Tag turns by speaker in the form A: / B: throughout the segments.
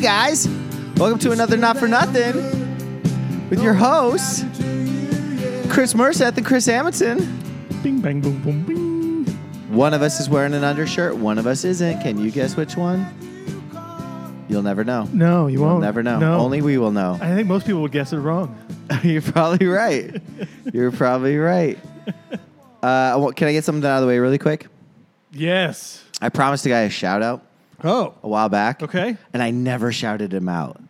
A: guys. Welcome to another Not for Nothing with your hosts, Chris Merseth and Chris Amundson.
B: Bing bang boom boom bing.
A: One of us is wearing an undershirt, one of us isn't. Can you guess which one? You'll never know.
B: No, you
A: You'll
B: won't.
A: never know.
B: No.
A: Only we will know.
B: I think most people would guess it wrong.
A: You're probably right. You're probably right. Uh, I wa- can I get something out of the way really quick?
B: Yes.
A: I promised a guy a shout out
B: Oh.
A: a while back.
B: Okay.
A: And I never shouted him out.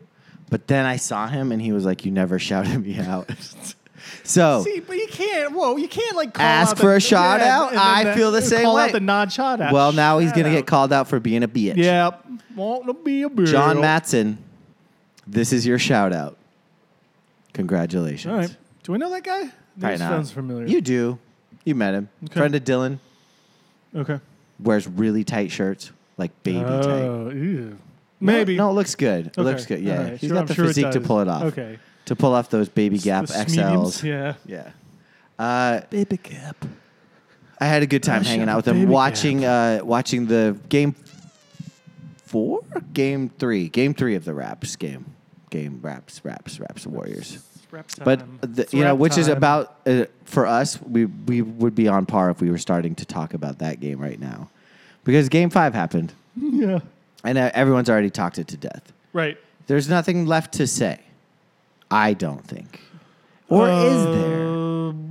A: But then I saw him and he was like, You never shouted me out. so
B: See, but you can't. Whoa, you can't like call
A: Ask
B: out
A: for
B: the,
A: a shout
B: and-
A: out?
B: and then
A: I feel the same
B: call
A: way.
B: out the non-shot out.
A: well now he's
B: Shout
A: gonna get
B: out.
A: called out for being a bitch.
B: Yep. Want to be a beer.
A: John Matson, this is your shout out.
B: All
A: Congratulations.
B: right. Do we know that guy?
A: Probably
B: This
A: not.
B: sounds familiar.
A: You do. You met him.
B: Okay.
A: Friend of Dylan
B: okay?
A: wears really tight shirts, like baby tight.
B: Oh, ew. Maybe.
A: No, it looks good. It
B: Okay.
A: looks good. Yeah.
B: All
A: he's
B: right. Sure,
A: got
B: I'm
A: the
B: sure
A: physique to
B: does.
A: pull it off.
B: Okay.
A: To pull off those baby gap
B: The
A: XLs.
B: mediums, Yeah.
A: Yeah. Uh,
B: Baby gap.
A: I had a good time
B: Gosh,
A: hanging
B: I'm
A: out
B: a
A: with them,
B: baby
A: watching uh, watching the game four, game three, game three of the Raps game, game Raps, Raps, Raps, the Warriors. But the, you know, which is about uh, for us, we we would be on par if we were starting to talk about that game right now, because game five happened,
B: Yeah.
A: and uh, everyone's already talked it to death.
B: Right.
A: There's nothing left to say, I don't think, or is
B: Um,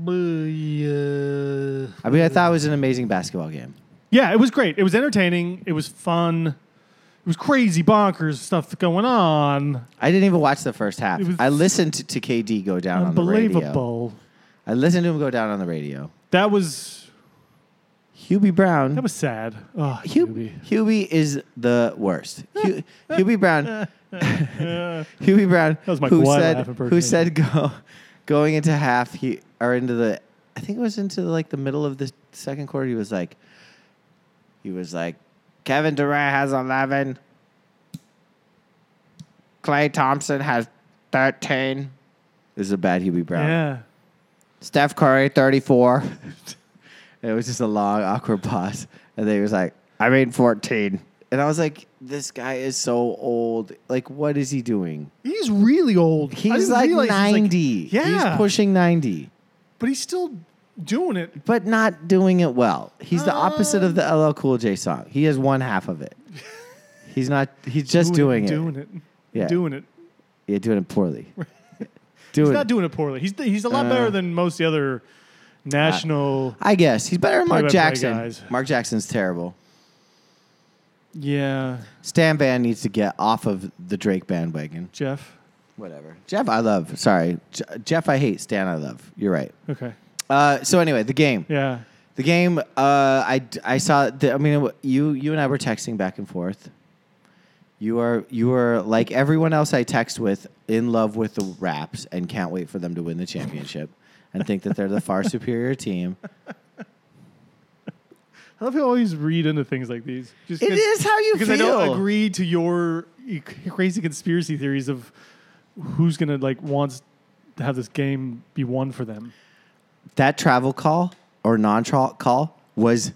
A: there?
B: there?
A: I mean, I thought it was an amazing basketball game.
B: Yeah, it was great. It was entertaining. It was fun. It was crazy bonkers stuff going on.
A: I didn't even watch the first half.
B: It was
A: I listened to, to KD go down on the radio.
B: Unbelievable.
A: I listened to him go down on the radio.
B: That was
A: Hubie Brown.
B: that was sad. Oh,
A: Hu-
B: Hubie.
A: Hubie is the worst. Hu- Hubie Brown. Hubie Brown.
B: was my
A: who
B: Kawhi
A: said
B: laugh in
A: who
B: person.
A: said go, going into half he or into the I think it was into like the middle of the second quarter. He was like, he was like, Kevin Durant has eleven. Clay Thompson has thirteen. This is a bad Hubie Brown.
B: Yeah.
A: Steph Curry, 34. it was just a long, awkward pause. And then he was like, I mean, 14. And I was like, this guy is so old. Like, what is he doing?
B: He's really old. I
A: He's
B: didn't
A: like
B: realize
A: 90.
B: He's like, yeah.
A: He's pushing 90,
B: but he's still doing it.
A: but not doing it well. He's the opposite of the LL Cool J song. He has one half of it. He's not, he's just doing, it.
B: Doing it.
A: Yeah.
B: Doing it.
A: Yeah, doing it poorly.
B: He's
A: doing
B: not doing it poorly. He's he's a lot
A: Uh,
B: better than most of the other national.
A: I guess. He's better than Mark
B: Play-by-play
A: Jackson.
B: guys.
A: Mark Jackson's terrible.
B: yeah.
A: Stan Van needs to get off of the Drake bandwagon.
B: Jeff.
A: Whatever. Jeff, I love. Sorry. Je- Jeff, I hate. Stan, I love. You're right.
B: Okay.
A: Uh, so anyway, the game.
B: Yeah.
A: The game, uh, I, I saw, the, I mean, you, you and I were texting back and forth. You are, you are like everyone else I text with, in love with the Raps and can't wait for them to win the championship and think that they're the far superior team.
B: I love how you always read into things like these. Just
A: It
B: 'cause-
A: is how you
B: because
A: feel.
B: I don't agree to your e- crazy conspiracy theories of who's gonna like wants to have this game be won for them.
A: that travel call or non-travel call was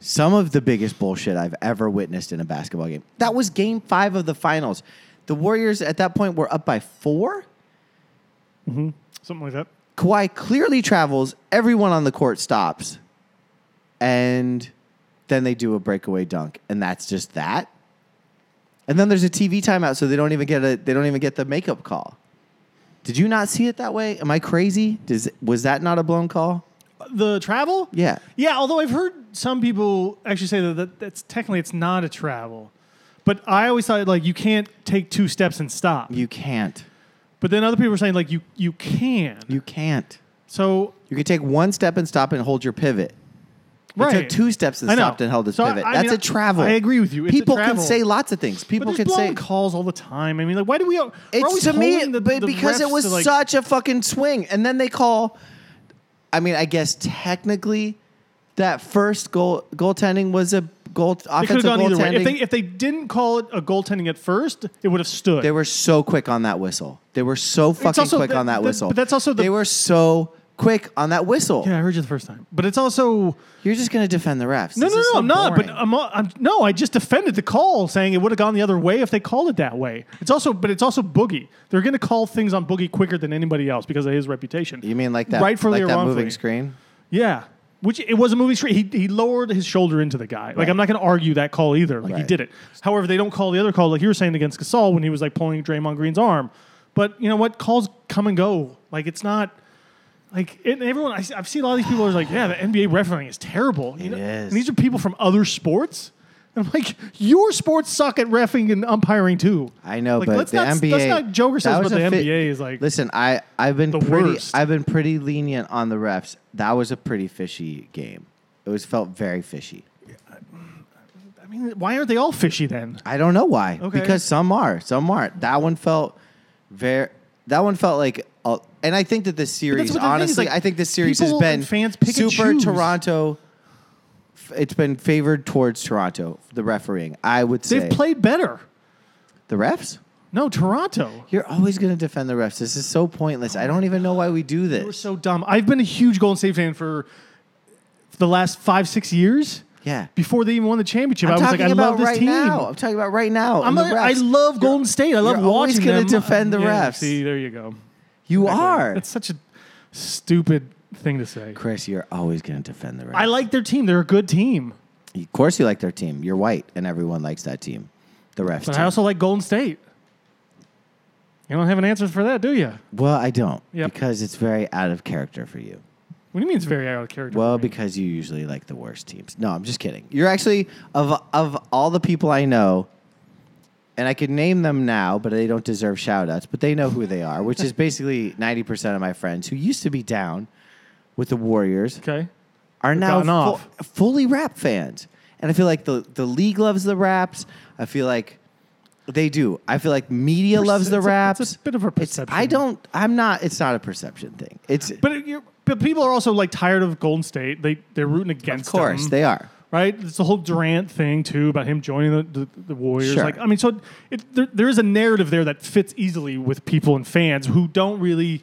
A: some of the biggest bullshit I've ever witnessed in a basketball game. That was game five of the finals. The Warriors at that point were up by four.
B: Something like that.
A: Kawhi clearly travels. Everyone on the court stops. And then they do a breakaway dunk. And that's just that. And then there's a TV timeout, so they don't even get a they don't even get the makeup call. Did you not see it that way? Am I crazy? Does was that not a blown call?
B: The travel.
A: Yeah.
B: Yeah. Although I've heard some people actually say that, that that's technically it's not a travel, but I always thought like you can't take two steps and stop.
A: You can't.
B: but then other people were saying like you you can.
A: You can't.
B: so
A: You could take one step and stop and hold your pivot. He
B: right.
A: took two steps and
B: I know.
A: stopped and held his
B: So I-
A: pivot.
B: I
A: That's
B: mean,
A: a travel.
B: I agree with you. It's a
A: People can
B: travel.
A: say lots of things.
B: But
A: People
B: there's
A: can
B: blown
A: say
B: calls all the time. I mean, like, why do we? All, we're
A: it's
B: always
A: to me
B: holding the,
A: but
B: the
A: because
B: refs
A: it was
B: to, like,
A: such a fucking swing, and then they call. I mean, I guess technically, that first goal goaltending was a goal
B: It could have
A: offensive
B: gone either way.
A: goaltending.
B: If they if they didn't call it a goaltending at first, it would have stood.
A: They were so quick on that whistle. They were so fucking
B: also
A: quick
B: the-
A: on that
B: the-
A: whistle.
B: but that's also the-
A: they were so quick on that whistle.
B: Yeah, I heard you the first time, but it's also
A: You're just going to defend the refs.
B: no,
A: This
B: no, no.
A: is so
B: I'm not. But
A: boring.
B: I'm, I'm no. I just defended the call, saying it would have gone the other way if they called it that way. It's also, but it's also Boogie. They're going to call things on Boogie quicker than anybody else because of his reputation.
A: you mean like that,
B: Rightfully
A: like
B: or
A: that
B: wrongfully.
A: moving screen?
B: Yeah. Which it was a movie screen. He, he lowered his shoulder into the guy. Like I'm not going to argue that call either. Like he
A: Right.
B: did it. However, they don't call the other call like you were saying against Gasol when he was like pulling Draymond Green's arm. But you know what? Calls come and go. Like it's not like and everyone. I, have seen a lot of these people are like, yeah, the NBA refereeing is terrible. You
A: It is.
B: And these are people from other sports. And I'm like, your sports suck at refing and umpiring too.
A: I know,
B: Like,
A: but
B: let's
A: the
B: not,
A: NBA.
B: Let's not joke
A: that
B: ourselves, but
A: was
B: the
A: a fit-
B: NBA is like.
A: Listen, I I've been
B: the
A: pretty
B: worst.
A: I've been pretty lenient on the refs. That was a pretty fishy game. It was felt very fishy.
B: I mean, why aren't they all fishy then?
A: I don't know why.
B: Okay.
A: Because some are, some aren't. That one felt very. That one felt like, a, and I think that this
B: that's
A: series,
B: what the thing is,
A: honestly,
B: like,
A: I think this series has
B: people
A: been
B: and fans pick and
A: super
B: choose.
A: Toronto. f- It's been favored towards Toronto, the refereeing. I would say
B: They've played better.
A: the refs.
B: No, Toronto.
A: You're always going to defend the refs. This is so pointless. I don't even know why we do
B: We're
A: this.
B: so dumb. I've been a huge Golden State fan for the last five, six years.
A: Yeah.
B: Before they even won the championship,
A: I'm
B: was like,
A: talking
B: I
A: about
B: love this
A: right
B: team.
A: now. I'm talking about right now.
B: I'm
A: and the
B: a- I
A: refs.
B: love Golden State. I love
A: you're always
B: watching
A: gonna
B: them.
A: defend the
B: Yeah,
A: refs.
B: See, there you go.
A: you are.
B: That's such a stupid thing to say.
A: Chris, you're always going to defend the refs.
B: I like their team. They're a good team,
A: Of course, you like their team. You're white, and everyone likes that team. The refs.
B: but
A: team.
B: I also like Golden State. You don't have an answer for that, do you?
A: well, I don't
B: Yep.
A: because it's very out of character for you.
B: What do you mean it's very out of character?
A: Well,
B: for me?
A: because you usually like the worst teams. No, I'm just kidding. You're actually of of all the people I know, and I could name them now, but they don't deserve shout outs, but they know who they are, which is basically 90% of my friends who used to be down with the Warriors
B: okay.
A: are now
B: gotten off.
A: fu- fully rap fans. And I feel like the, the league loves the raps. I feel like they do. I feel like media
B: Perce-
A: loves the
B: it's a-
A: raps.
B: it's a bit of a
A: It's- I
B: perception.
A: don't, I'm not, it's not a perception thing. It's,
B: But it- you're, but people are also like tired of Golden State. They they're rooting
A: of
B: against.
A: course,
B: them,
A: they are.
B: right. It's the whole Durant thing too about him joining the the, the Warriors.
A: Sure.
B: Like I mean, so it, there, there is a narrative there that fits easily with people and fans who don't really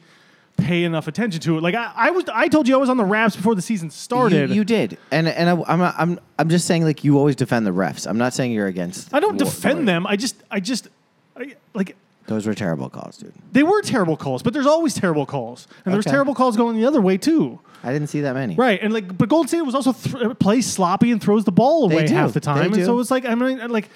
B: pay enough attention to it. Like I, I was I told you I was on the Raps before the season
A: You,
B: started.
A: you did, and and I, I'm I'm I'm just saying like you always defend the refs. I'm not saying you're against.
B: I don't
A: Wa-
B: defend
A: Warriors.
B: them. I just I just I, like
A: Those were terrible calls, dude.
B: they were terrible calls, but there's always terrible calls, and there's
A: Okay.
B: terrible calls going the other way too.
A: I didn't see that many.
B: Right, and like, but Golden State was also th- plays sloppy and throws the ball
A: They
B: away
A: do.
B: half the
A: They
B: time, and
A: do.
B: so it's like I mean, like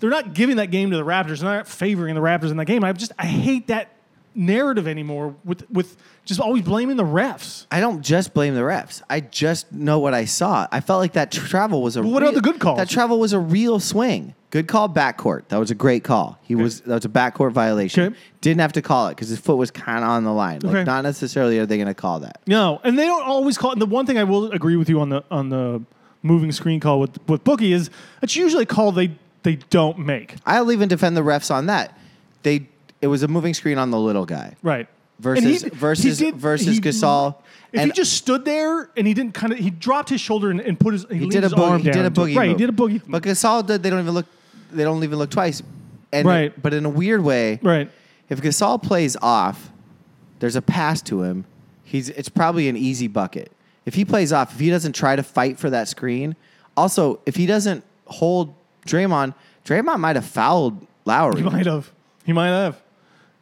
B: they're not giving that game to the Raptors, they're not favoring the Raptors in that game. I just I hate that narrative anymore with with just always blaming the refs.
A: I don't just blame the refs. I just know what I saw. I felt like that travel was a.
B: what about the good calls?
A: That travel was a real swing. Good call, backcourt. That was a great call. He was that was a backcourt violation.
B: Okay.
A: Didn't have to call it because his foot was kind of on the line. Like
B: Okay.
A: not necessarily are they going to call that.
B: No, and they don't always call. And the one thing I will agree with you on the on the moving screen call with with Boogie is it's usually a call they they don't make.
A: I'll even defend the refs on that. They it was a moving screen on the little guy.
B: Right.
A: Versus-
B: And he-
A: versus- versus Gasol,
B: If he
A: and-
B: just stood there and he didn't kind of, he dropped his shoulder and, and put his, he,
A: He did a
B: his arm
A: boogie. He
B: down.
A: did a boogie.
B: Right,
A: move.
B: he did a boogie.
A: But Gasol did. They don't even look. They don't even look twice. And
B: Right.
A: but in a weird way,
B: right.
A: if Gasol plays off, there's a pass to him. He's it's probably an easy bucket. If he plays off, if he doesn't try to fight for that screen, also if he doesn't hold Draymond, Draymond might have fouled Lowry.
B: He might have. He might have.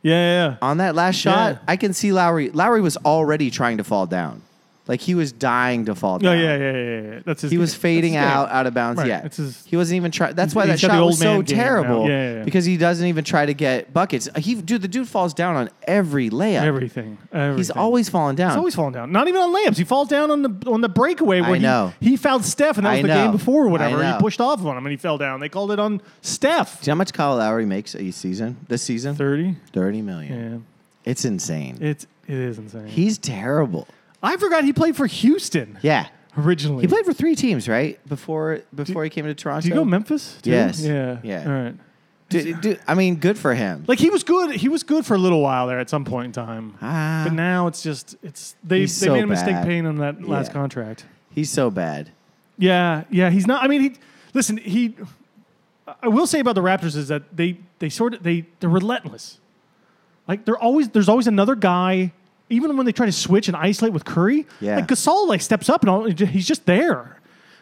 B: Yeah, yeah, yeah.
A: On that last shot,
B: Yeah.
A: I can see Lowry. Lowry was already trying to fall down, like he was dying to fall down.
B: No, Oh, yeah, yeah, yeah, yeah, yeah. That's his.
A: He was
B: game.
A: fading
B: That's his
A: out,
B: game.
A: out of bounds.
B: Right.
A: Yeah,
B: It's his-
A: he wasn't even trying. That's why that
B: he's got the
A: shot
B: old
A: was so
B: man game now.
A: terrible.
B: Yeah, yeah, yeah.
A: because he doesn't even try to get buckets. Uh, He, dude, the dude falls down on every layup.
B: Everything. Everything.
A: He's always falling down.
B: He's always falling down. Not even on layups. He falls down on the on the breakaway where
A: I know.
B: he he fouled Steph, and that
A: I
B: was the
A: know.
B: game before or whatever.
A: I
B: He
A: know.
B: pushed off on him and he fell down. They called it on Steph.
A: Do you know how much Kyle Lowry makes a season? This season,
B: Thirty.
A: thirty million.
B: Yeah.
A: It's insane.
B: It's it is insane.
A: He's terrible.
B: I forgot he played for Houston
A: Yeah,
B: originally.
A: he played for three teams, right? Before before he came to Toronto.
B: Do you go Memphis? too?
A: Yes.
B: Yeah.
A: Yeah.
B: All right.
A: Dude, dude, I mean, good for him.
B: Like he was good. He was good for a little while there at some point in time.
A: Ah.
B: But now it's just it's they they
A: He's so
B: made a mistake
A: bad.
B: paying him that last
A: Yeah.
B: contract.
A: He's so bad.
B: Yeah. Yeah. He's not. I mean, he listen. He. I will say about the Raptors is that they they sort of they they're relentless. Like they're always there's always another guy even when they try to switch and isolate with Curry,
A: Yeah.
B: like Gasol like steps up and all, he's just there.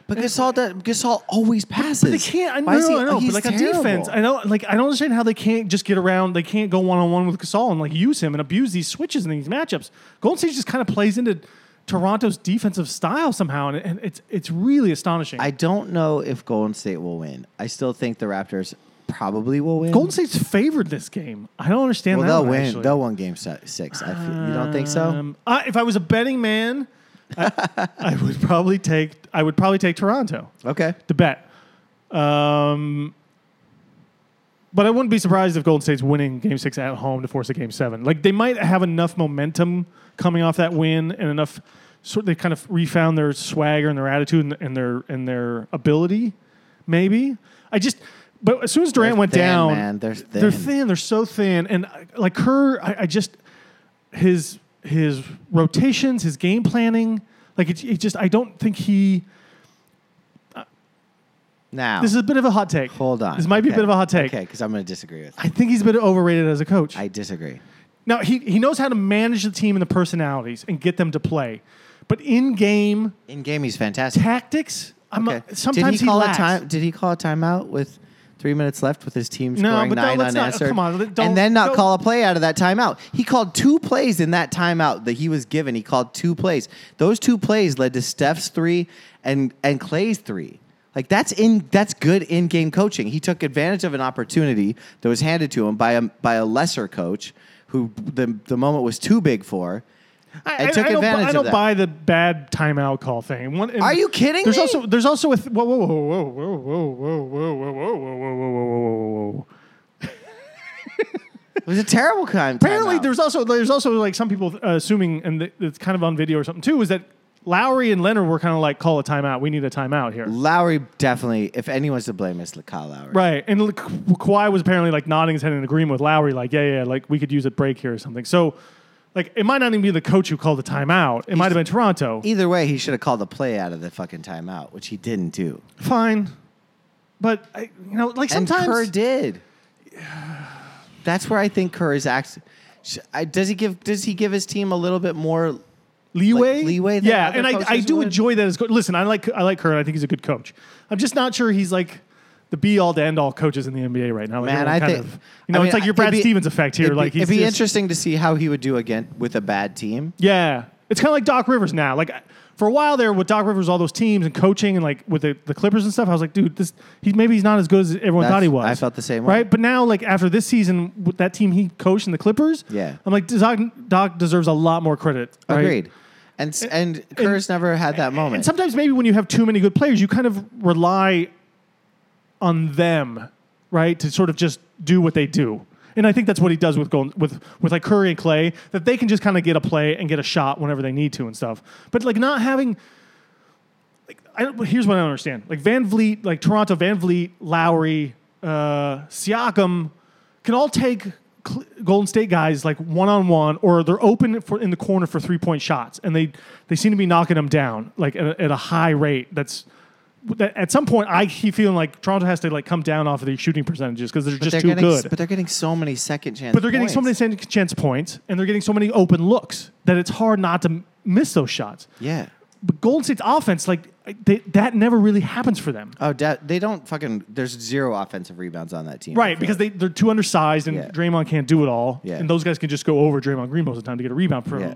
A: But Gasol, does, Gasol always passes.
B: But they can't. I
A: Why is
B: know,
A: he-
B: I know. But
A: he's
B: like
A: terrible.
B: on defense, I know. Like I don't understand how they can't just get around. They can't go one on one with Gasol and like use him and abuse these switches and these matchups. Golden State just kind of plays into Toronto's defensive style somehow, and, and it's it's really astonishing.
A: I don't know if Golden State will win. I still think the Raptors probably will win.
B: Golden State's favored this game. I don't understand
A: well,
B: that.
A: they'll
B: one,
A: win.
B: actually.
A: They'll win Game se- Six. I feel. You don't think so?
B: Um, I, if I was a betting man, I, I would probably take I would probably take Toronto
A: Okay.
B: to bet. Um, but I wouldn't be surprised if Golden State's winning Game Six at home to force a Game Seven. Like they might have enough momentum coming off that win and enough sort. They kind of refound their swagger and their attitude and, and their and their ability. Maybe I just. But as soon as Durant
A: They're
B: went
A: thin,
B: down,
A: man. They're
B: They're
A: thin.
B: thin. They're so thin. And uh, like Kerr, I, I just his his rotations, his game planning. Like it, it just, I don't think he.
A: Now,
B: This is a bit of a hot take.
A: hold on.
B: This might be a
A: Okay.
B: bit of a hot take.
A: Okay, because I'm going to disagree with. You.
B: I think he's a bit overrated as a coach.
A: I disagree.
B: now he he knows how to manage the team and the personalities and get them to play, but in game
A: In game, he's fantastic.
B: tactics, I'm
A: Okay.
B: sometimes
A: did he call
B: lacks.
A: a time? Did he call a timeout with three minutes left with his team
B: No,
A: scoring
B: but don't-
A: nine
B: let's not-
A: unanswered?
B: come on, don't-
A: and then not
B: don't-
A: call a play out of that timeout. He called two plays in that timeout that he was given. He called two plays. Those two plays led to Steph's three and and Clay's three. Like that's in that's good in game coaching. He took advantage of an opportunity that was handed to him by a by a lesser coach who the the moment was too big for.
B: I,
A: and took
B: I don't, bu-
A: advantage
B: I
A: of
B: don't
A: that.
B: buy the bad timeout call thing. One, and
A: Are you kidding
B: there's
A: me?
B: also there's also a th- whoa whoa whoa whoa whoa whoa whoa whoa whoa whoa whoa whoa whoa whoa whoa whoa.
A: It was a terrible time.
B: Apparently,
A: timeout.
B: there's also there's also like some people uh, assuming, and th- it's kind of on video or something too, is that Lowry and Leonard were kind of like, call a timeout. We need a timeout here.
A: Lowry definitely. If anyone's to blame, it's Kyle Lowry.
B: Right. And look, Kawhi was apparently like nodding his head in agreement with Lowry, like, yeah, yeah, like we could use a break here or something. So, like, it might not even be the coach who called the timeout. It might have been Toronto.
A: Either way, he should have called the play out of the fucking timeout, which he didn't do.
B: Fine. But, I, you know, like sometimes.
A: and Kerr did. That's where I think Kerr is actually. Does he give? Does he give his team a little bit more?
B: leeway.
A: like, leeway than
B: Yeah,
A: other
B: and I, I
A: coaches
B: do
A: would?
B: enjoy that as co- listen. I like I like Kerr. and I think he's a good coach. I'm just not sure he's like the be all to end all coaches in the NBA right now. Like
A: Man,
B: everyone
A: I
B: kind
A: think
B: of- you know
A: I mean,
B: it's like your
A: it'd
B: Brad
A: be-
B: Stevens effect here.
A: It'd
B: Like
A: be,
B: he's
A: it'd be
B: just-
A: interesting to see how he would do again with a bad team.
B: Yeah, it's kind of like Doc Rivers now. Like I- for a while there with Doc Rivers, all those teams and coaching and like with the, the Clippers and stuff, I was like, dude, this he maybe he's not as good as everyone
A: That's-
B: thought he was.
A: I felt the same way.
B: Right, but now like after this season with that team he coached and the Clippers,
A: Yeah.
B: I'm like Doc, Doc deserves a lot more credit. right?
A: Agreed. And s- and Kerr's never had that moment.
B: And sometimes maybe when you have too many good players, you kind of rely on them, right, to sort of just do what they do. And I think that's what he does with Golden, with with like Curry and Clay, that they can just kind of get a play and get a shot whenever they need to and stuff. But like not having like I don't, here's what I don't understand. Like Van Vliet, like Toronto, Van Vliet, Lowry, uh, Siakam can all take Cl- Golden State guys like one on one, or they're open for in the corner for three point shots, and they they seem to be knocking them down like at a, at a high rate. That's that at some point I keep feeling like Toronto has to like come down off of these shooting percentages because they're
A: but
B: just
A: they're
B: too
A: getting,
B: good.
A: But they're getting so many second chance.
B: But they're getting so many
A: points.
B: second chance points, and they're getting so many open looks that it's hard not to m- miss those shots.
A: Yeah.
B: But Golden State's offense, like they, that, never really happens for them.
A: Oh, da- they don't fucking. There's zero offensive rebounds on that team.
B: Right, because they, they're too undersized and
A: Yeah.
B: Draymond can't do it all.
A: Yeah.
B: And those guys can just go over Draymond Green most of the time to get a rebound from
A: Yeah.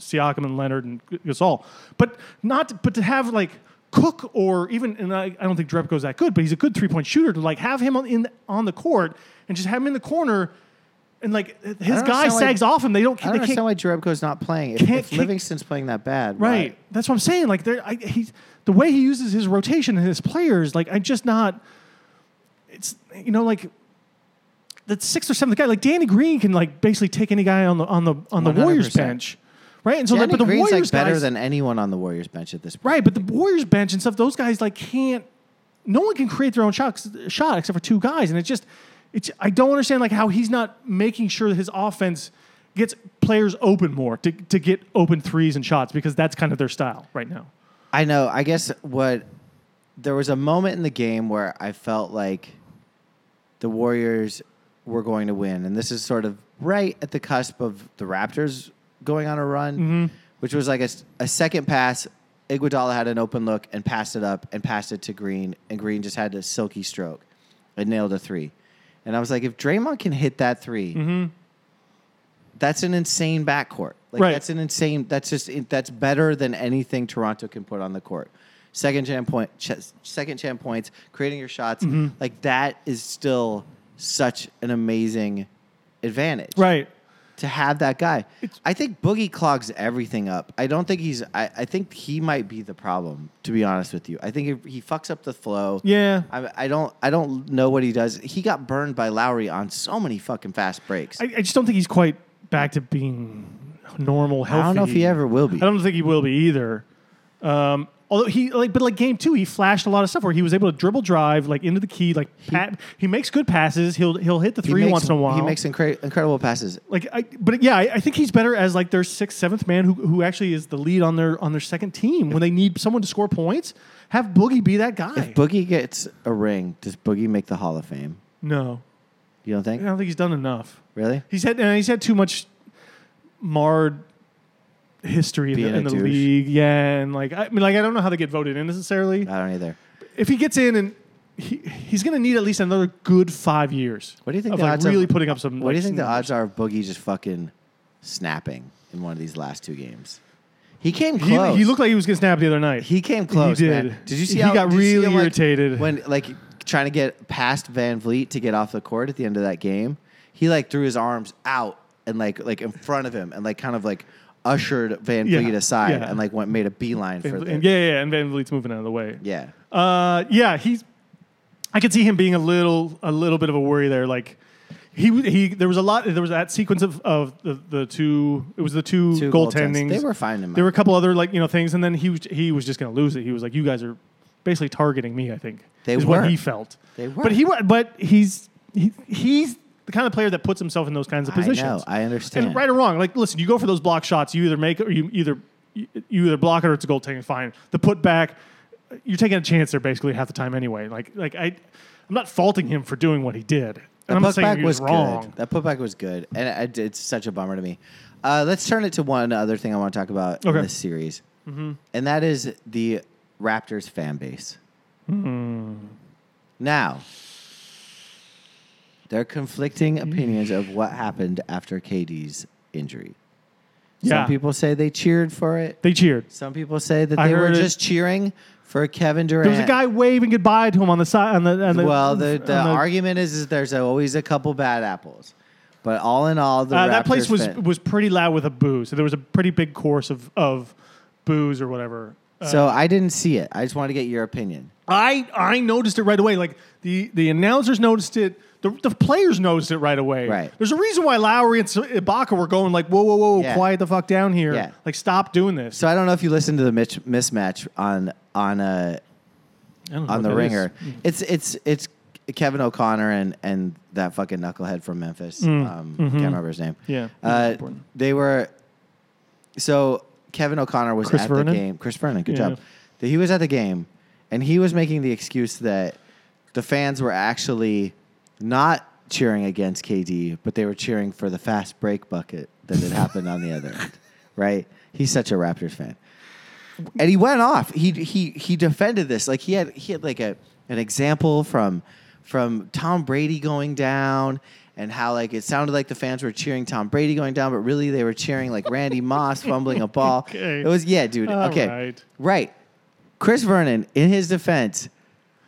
B: Siakam and Leonard and Gasol. But not but to have like Cook or even and I, I don't think Drebko's that good, but he's a good three point shooter to like have him on in on the court and just have him in the corner and like his guy
A: understand why-
B: sags off him. They don't
A: I don't
B: they can't
A: understand why Jerebko's not playing. If,
B: Can't
A: if
B: kick-
A: Livingston's playing that bad, why-
B: Right. That's what I'm saying. Like there, I, he's the way he uses his rotation and his players. Like I'm just not. It's you know like the sixth or seventh guy. Like Danny Green can like basically take any guy on the on the on the Warriors
A: 100%.
B: bench, right? And so
A: Danny
B: like, but the
A: Green's
B: Warriors
A: like better
B: guys,
A: than anyone on the Warriors bench at this point.
B: right? But the Warriors bench and stuff. Those guys like can't. No one can create their own shot, shot except for two guys, and it's just it's. I don't understand like how he's not making sure that his offense gets players open more to, to get open threes and shots because that's kind of their style right now.
A: I know. I guess what there was a moment in the game where I felt like the Warriors were going to win, and this is sort of right at the cusp of the Raptors going on a run, which was like a, s- a second pass. Iguodala had an open look and passed it up and passed it to Green, and Green just had a silky stroke and nailed a three. And I was like, if Draymond can hit that 3 that's an insane backcourt. Like
B: Right.
A: that's an insane. That's just that's better than anything Toronto can put on the court. Second chance point, ch- second chance points, creating your shots.
B: Mm-hmm.
A: Like that is still such an amazing advantage
B: Right.
A: to have that guy. I think Boogie clogs everything up. I don't think he's. I, I think he might be the problem. To be honest with you, I think he, he fucks up the flow.
B: Yeah.
A: I, I don't. I don't know what he does. He got burned by Lowry on so many fucking fast breaks.
B: I, I just don't think he's quite back to being normal, healthy.
A: I don't know if he ever will be.
B: I don't think he will be either. Um, although he like, but like game two, he flashed a lot of stuff where he was able to dribble drive like into the key, like pat. He makes good passes. He'll he'll hit the
A: He
B: three
A: makes-
B: once in a while.
A: He makes incre- incredible passes.
B: like I, but yeah, I, I think he's better as like their sixth, seventh man who who actually is the lead on their on their second team when they need someone to score points. Have Boogie be that guy.
A: Boogie gets a ring. Does Boogie make the Hall of Fame?
B: no,
A: You don't think?
B: I don't think he's done enough.
A: Really?
B: He's had and he's had too much marred history in
A: Being
B: the,
A: a
B: in the
A: douche.
B: league. Yeah, and like I mean, like I don't know how they get voted in necessarily.
A: I don't either.
B: If he gets in and he, he's going to need at least another good five years.
A: What do you think
B: Of
A: the
B: like
A: odds
B: really
A: of-
B: putting up some.
A: What do you think the odds are of Boogie just fucking snapping in one of these last two games? He came close.
B: He, he looked like he was going to snap the other night.
A: He came close.
B: He
A: man.
B: did.
A: Did you see
B: He
A: how
B: got
A: did you see
B: really
A: him, like,
B: irritated.
A: when like trying to get past Van Vliet to get off the court at the end of that game? He like threw his arms out and like like in front of him and like kind of like ushered Van
B: Yeah,
A: Vliet aside
B: yeah.
A: and like went made a beeline for the
B: and, yeah, yeah, yeah, and Van Vliet's moving out of the way.
A: yeah.
B: Uh, yeah, he's. I could see him being a little, a little bit of a worry there. Like, he, w- he. There was a lot. There was that sequence of, of the, the two. It was the two,
A: Two
B: goaltendings.
A: goaltends. They were fine in my-
B: There were a couple other like you know things, and then he was he was just going to lose it. He was like, "You guys are basically targeting me." I think
A: They
B: is
A: were.
B: what he felt.
A: They were.
B: But he. wa- But he's he, he's the kind of player that puts himself in those kinds of positions.
A: I know. I understand.
B: And right or wrong, like listen, you go for those block shots. You either make it or you either you either block it or it's a goal taking fine. The put back, you're taking a chance there basically half the time anyway. Like like I, I'm not faulting him for doing what he did. And
A: That
B: I'm not saying
A: putback
B: he
A: was
B: was, wrong.
A: good. That putback was good, and I- it's such a bummer to me. Uh, let's turn it to one other thing I want to talk about
B: Okay. Mm-hmm.
A: in this series, and that is the Raptors fan base.
B: Hmm.
A: Now, there are conflicting opinions of what happened after KD's injury.
B: Yeah.
A: Some people say they cheered for it.
B: They cheered.
A: Some people say that
B: I
A: they were
B: heard it.
A: just cheering for Kevin Durant.
B: There was a guy waving goodbye to him on the side on the on the
A: Well, the,
B: on
A: the argument is, is there's always a couple bad apples, but all in all, the
B: uh, that place
A: Raptors
B: was
A: fan-
B: was pretty loud with a boo. So there was a pretty big course of of boos or whatever.
A: so I didn't see it. I just wanted to get your opinion.
B: I I noticed it right away. Like the the announcers noticed it. The, the players noticed it right away.
A: Right.
B: There's a reason why Lowry and S- Ibaka were going like, whoa, whoa, whoa,
A: Yeah.
B: quiet the fuck down here.
A: Yeah.
B: Like, stop doing this.
A: So I don't know if you listened to the mitch- mismatch on on uh,
B: I don't know
A: on
B: what
A: the
B: that
A: Ringer.
B: is.
A: It's it's it's Kevin O'Connor and and that fucking knucklehead from Memphis. Um, Can't remember his name.
B: Mm. Mm-hmm. Yeah. He's
A: uh,
B: important.
A: they were. So Kevin O'Connor was
B: Chris
A: at
B: Vernon?
A: the game. Chris Vernon, good
B: Yeah.
A: job. That He was at the game, and he was making the excuse that the fans were actually not cheering against KD, but they were cheering for the fast break bucket that had happened on the other end. Right? He's such a Raptors fan and he went off. He he he defended this like he had he had like a an example from from Tom Brady going down and how like it sounded like the fans were cheering Tom Brady going down, but really they were cheering like Randy Moss fumbling a ball.
B: Okay.
A: It was yeah, dude.
B: All
A: okay,
B: right.
A: right. Chris Vernon, in his defense,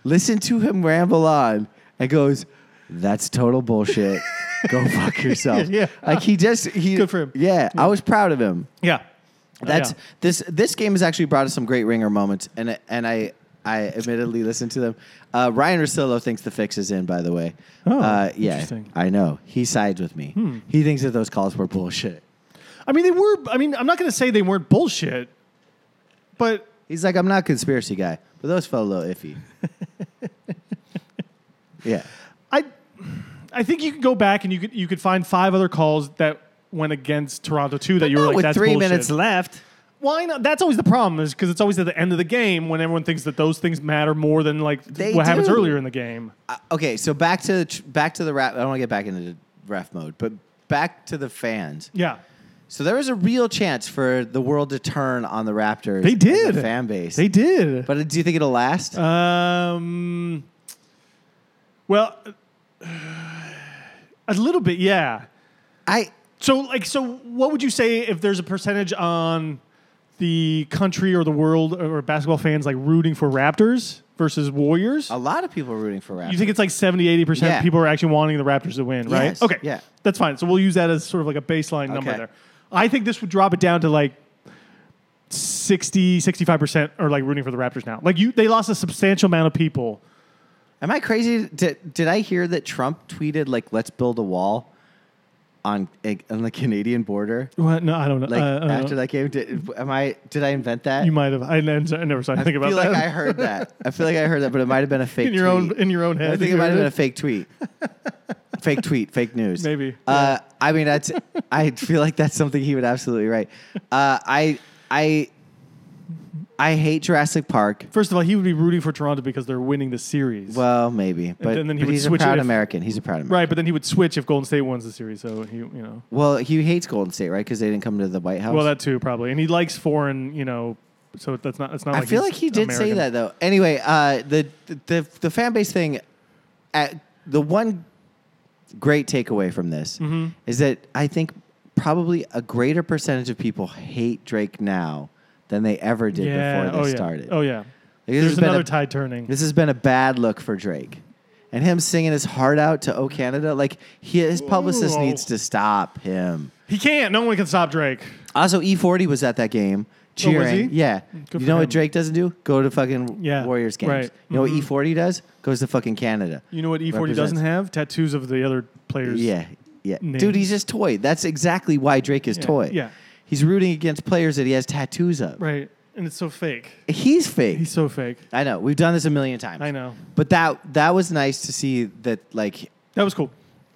A: listened to him ramble on and goes, "That's total bullshit. Go fuck yourself."
B: Yeah.
A: Like he just he
B: Good for him.
A: Yeah, I was proud of him.
B: Yeah.
A: That's
B: Oh, Yeah.
A: this. This game has actually brought us some great ringer moments, and and I I admittedly listened to them. Uh, Ryan Rossillo thinks the fix is in. By the way,
B: Oh,
A: uh, yeah,
B: interesting. Hmm.
A: I know he sides with me. He thinks that those calls were bullshit.
B: I mean, they were. I mean, I'm not going to say they weren't bullshit, but
A: He's like, I'm not a conspiracy guy, but those felt a little iffy. yeah,
B: I I think you could go back and you could you could find five other calls that went against Toronto too that you were
A: Not
B: like
A: with
B: that's
A: three
B: bullshit.
A: minutes left.
B: Why not? That's always the problem, is because it's always at the end of the game when everyone thinks that those things matter more than like
A: They
B: what happens
A: do.
B: earlier in the game.
A: Uh, okay, so back to back to the rap. I don't want to get back into the ref mode, but back to the fans.
B: Yeah,
A: So there was a real chance for the world to turn on the Raptors.
B: They
A: as a
B: did.
A: fan base.
B: They did.
A: but do you think it'll last?
B: Um, well, a little bit, yeah.
A: I
B: So, like, so what would you say if there's a percentage on the country or the world or basketball fans like rooting for Raptors versus Warriors?
A: a lot of people are rooting for Raptors.
B: you think it's like 70, 80%
A: Yeah.
B: people are actually wanting the Raptors to win, right?
A: Yes,
B: Okay.
A: yeah.
B: That's fine. So we'll use that as sort of like a baseline number
A: Okay.
B: there. I think this would drop it down to like 60, 65% are like rooting for the Raptors now. Like you, they lost a substantial amount of people.
A: Am I crazy? Did, did I hear that Trump tweeted like "Let's build a wall" on on the Canadian border?
B: What? No, I don't know.
A: Like
B: Uh, I don't
A: after
B: know.
A: that game, did, am I? Did I invent that?
B: you might have. I, I never saw anything
A: I
B: about
A: feel
B: that.
A: like I heard that. I feel like I heard that, but it might have been a fake
B: in your
A: tweet.
B: own in your own head.
A: I think
B: you
A: it might have
B: heard
A: been a fake tweet. fake tweet, fake news.
B: Maybe,
A: Uh, I mean, that's. I feel like that's something he would absolutely write. Uh, I I I hate Jurassic Park.
B: First of all, he would be rooting for Toronto because they're winning the series.
A: Well, maybe, but,
B: then he
A: but
B: would
A: he's a
B: switch it
A: proud
B: if-
A: American. He's a proud American.
B: right, but then he would switch if Golden State wins the series. So he, you know,
A: Well, he hates Golden State, right? Because they didn't come to the White House.
B: well that too probably, and he likes foreign, you know. So that's not. It's not.
A: I
B: like
A: feel
B: oh, he's
A: like he did say
B: American.
A: that though. Anyway, uh, the, the the fan base thing, at the one great takeaway from this
B: Mm-hmm.
A: is that I think probably a greater percentage of people hate Drake now than they ever did
B: Yeah.
A: before
B: oh
A: this
B: yeah.
A: started.
B: Oh yeah.
A: Like, this
B: There's
A: has been
B: another
A: a-
B: tide turning.
A: This has been a bad look for Drake. And him singing his heart out to "O Canada," like he, his publicist
B: Whoa.
A: needs to stop him.
B: He can't. No one can stop Drake.
A: Also, E40 was at that game cheering.
B: Oh, he?
A: Yeah. you
B: Good for
A: know
B: him.
A: what Drake doesn't do? Go to fucking
B: Yeah,
A: Warriors games.
B: right. Mm-hmm.
A: You know what E40 does? Goes to fucking Canada.
B: You know what E40 doesn't
A: Represents-
B: have? Tattoos of the other players.
A: Yeah. Yeah.
B: Names.
A: Dude, he's just toy. That's exactly why Drake is
B: Yeah,
A: toy.
B: yeah.
A: He's rooting against players that he has tattoos of.
B: Right. And it's so fake.
A: He's fake.
B: He's so fake.
A: I know. We've done this a million times.
B: I know.
A: But that that was nice to see that like
B: That was cool.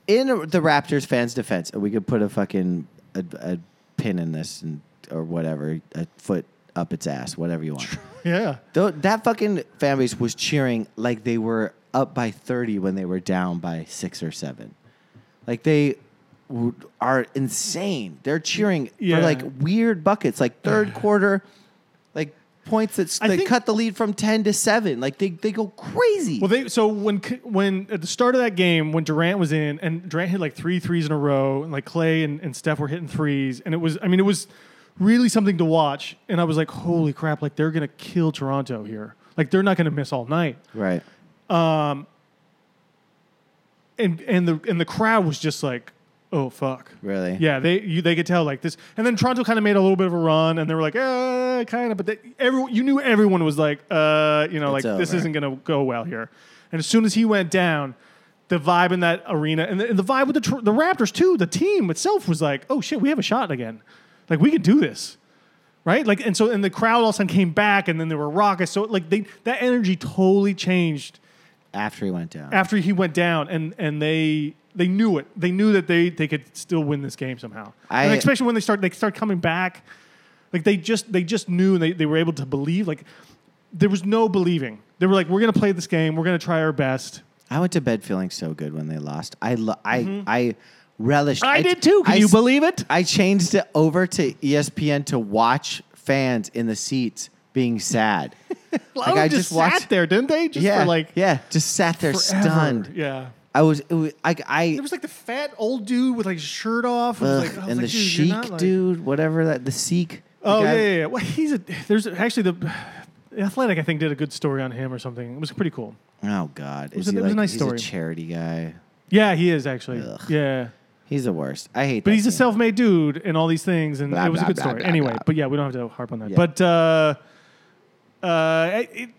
A: in the Raptors fans' defense, we could put a fucking a, a pin in this and or whatever, a foot up its ass, whatever you want.
B: Yeah.
A: Though that fucking fan base was cheering like they were up by 30 when they were down by six or seven. Like they w- are insane. They're cheering
B: Yeah.
A: for like weird buckets, like third quarter, like points that
B: I
A: they
B: think-
A: cut the lead from 10 to seven. Like they, they go crazy.
B: Well, they so when C- when at the start of that game when Durant was in and Durant hit like three threes in a row and like Clay and, and Steph were hitting threes and it was I mean it was really something to watch and I was like holy crap like they're gonna kill Toronto here like they're not gonna miss all night
A: right.
B: and and the and the crowd was just like oh fuck
A: Really?
B: yeah they you, they could tell like this and then Toronto kind of made a little bit of a run and they were like uh kind of but they, everyone you knew everyone was like uh you know
A: It's
B: like this
A: over.
B: isn't gonna go well here and as soon as he went down the vibe in that arena and the, and the vibe with the Tor- the Raptors too the team itself was like oh shit we have a shot again like we can do this right? Like, and so, and the crowd all of a sudden came back, and then there were rockets. So, like, they that energy totally changed
A: After he went down.
B: after he went down, and and they they knew it. They knew that they they could still win this game somehow. and
A: I-
B: especially when they start they start coming back, like they just they just knew and they they were able to believe. Like, there was no believing. They were like, we're gonna play this game. We're gonna try our best.
A: I went to bed feeling so good when they lost. I, lo- I, I relished
B: Mm-hmm. I,
A: I
B: did too. Can
A: I
B: you
A: s-
B: believe it?
A: I changed it over to E ESPN to watch fans in the seats being sad.
B: Like,
A: I
B: just,
A: just watched-
B: sat there, didn't they? Just
A: yeah,
B: for like
A: yeah, just sat there
B: forever.
A: stunned.
B: Yeah.
A: I was, it was I, I
B: There was like the fat old dude with like his shirt off, and,
A: ugh,
B: like, I was
A: and
B: like,
A: the
B: dude, you're
A: chic
B: not, like-
A: dude, whatever that the Sikh. the
B: Oh yeah,
A: guy-
B: yeah, yeah. Well, he's a there's actually the Athletic I think did a good story on him or something. It was pretty cool.
A: Oh God, is
B: a-
A: he
B: it was a
A: like,
B: nice
A: he's
B: story.
A: a charity guy.
B: Yeah, he is actually.
A: Ugh.
B: Yeah,
A: He's the worst. I hate.
B: but
A: that
B: he's a
A: man.
B: self-made dude and all these things, and
A: Blah,
B: it was a
A: blah,
B: good
A: blah,
B: story.
A: blah,
B: anyway,
A: blah.
B: but yeah, we don't have to harp on that.
A: Yeah.
B: But uh, uh, it, it-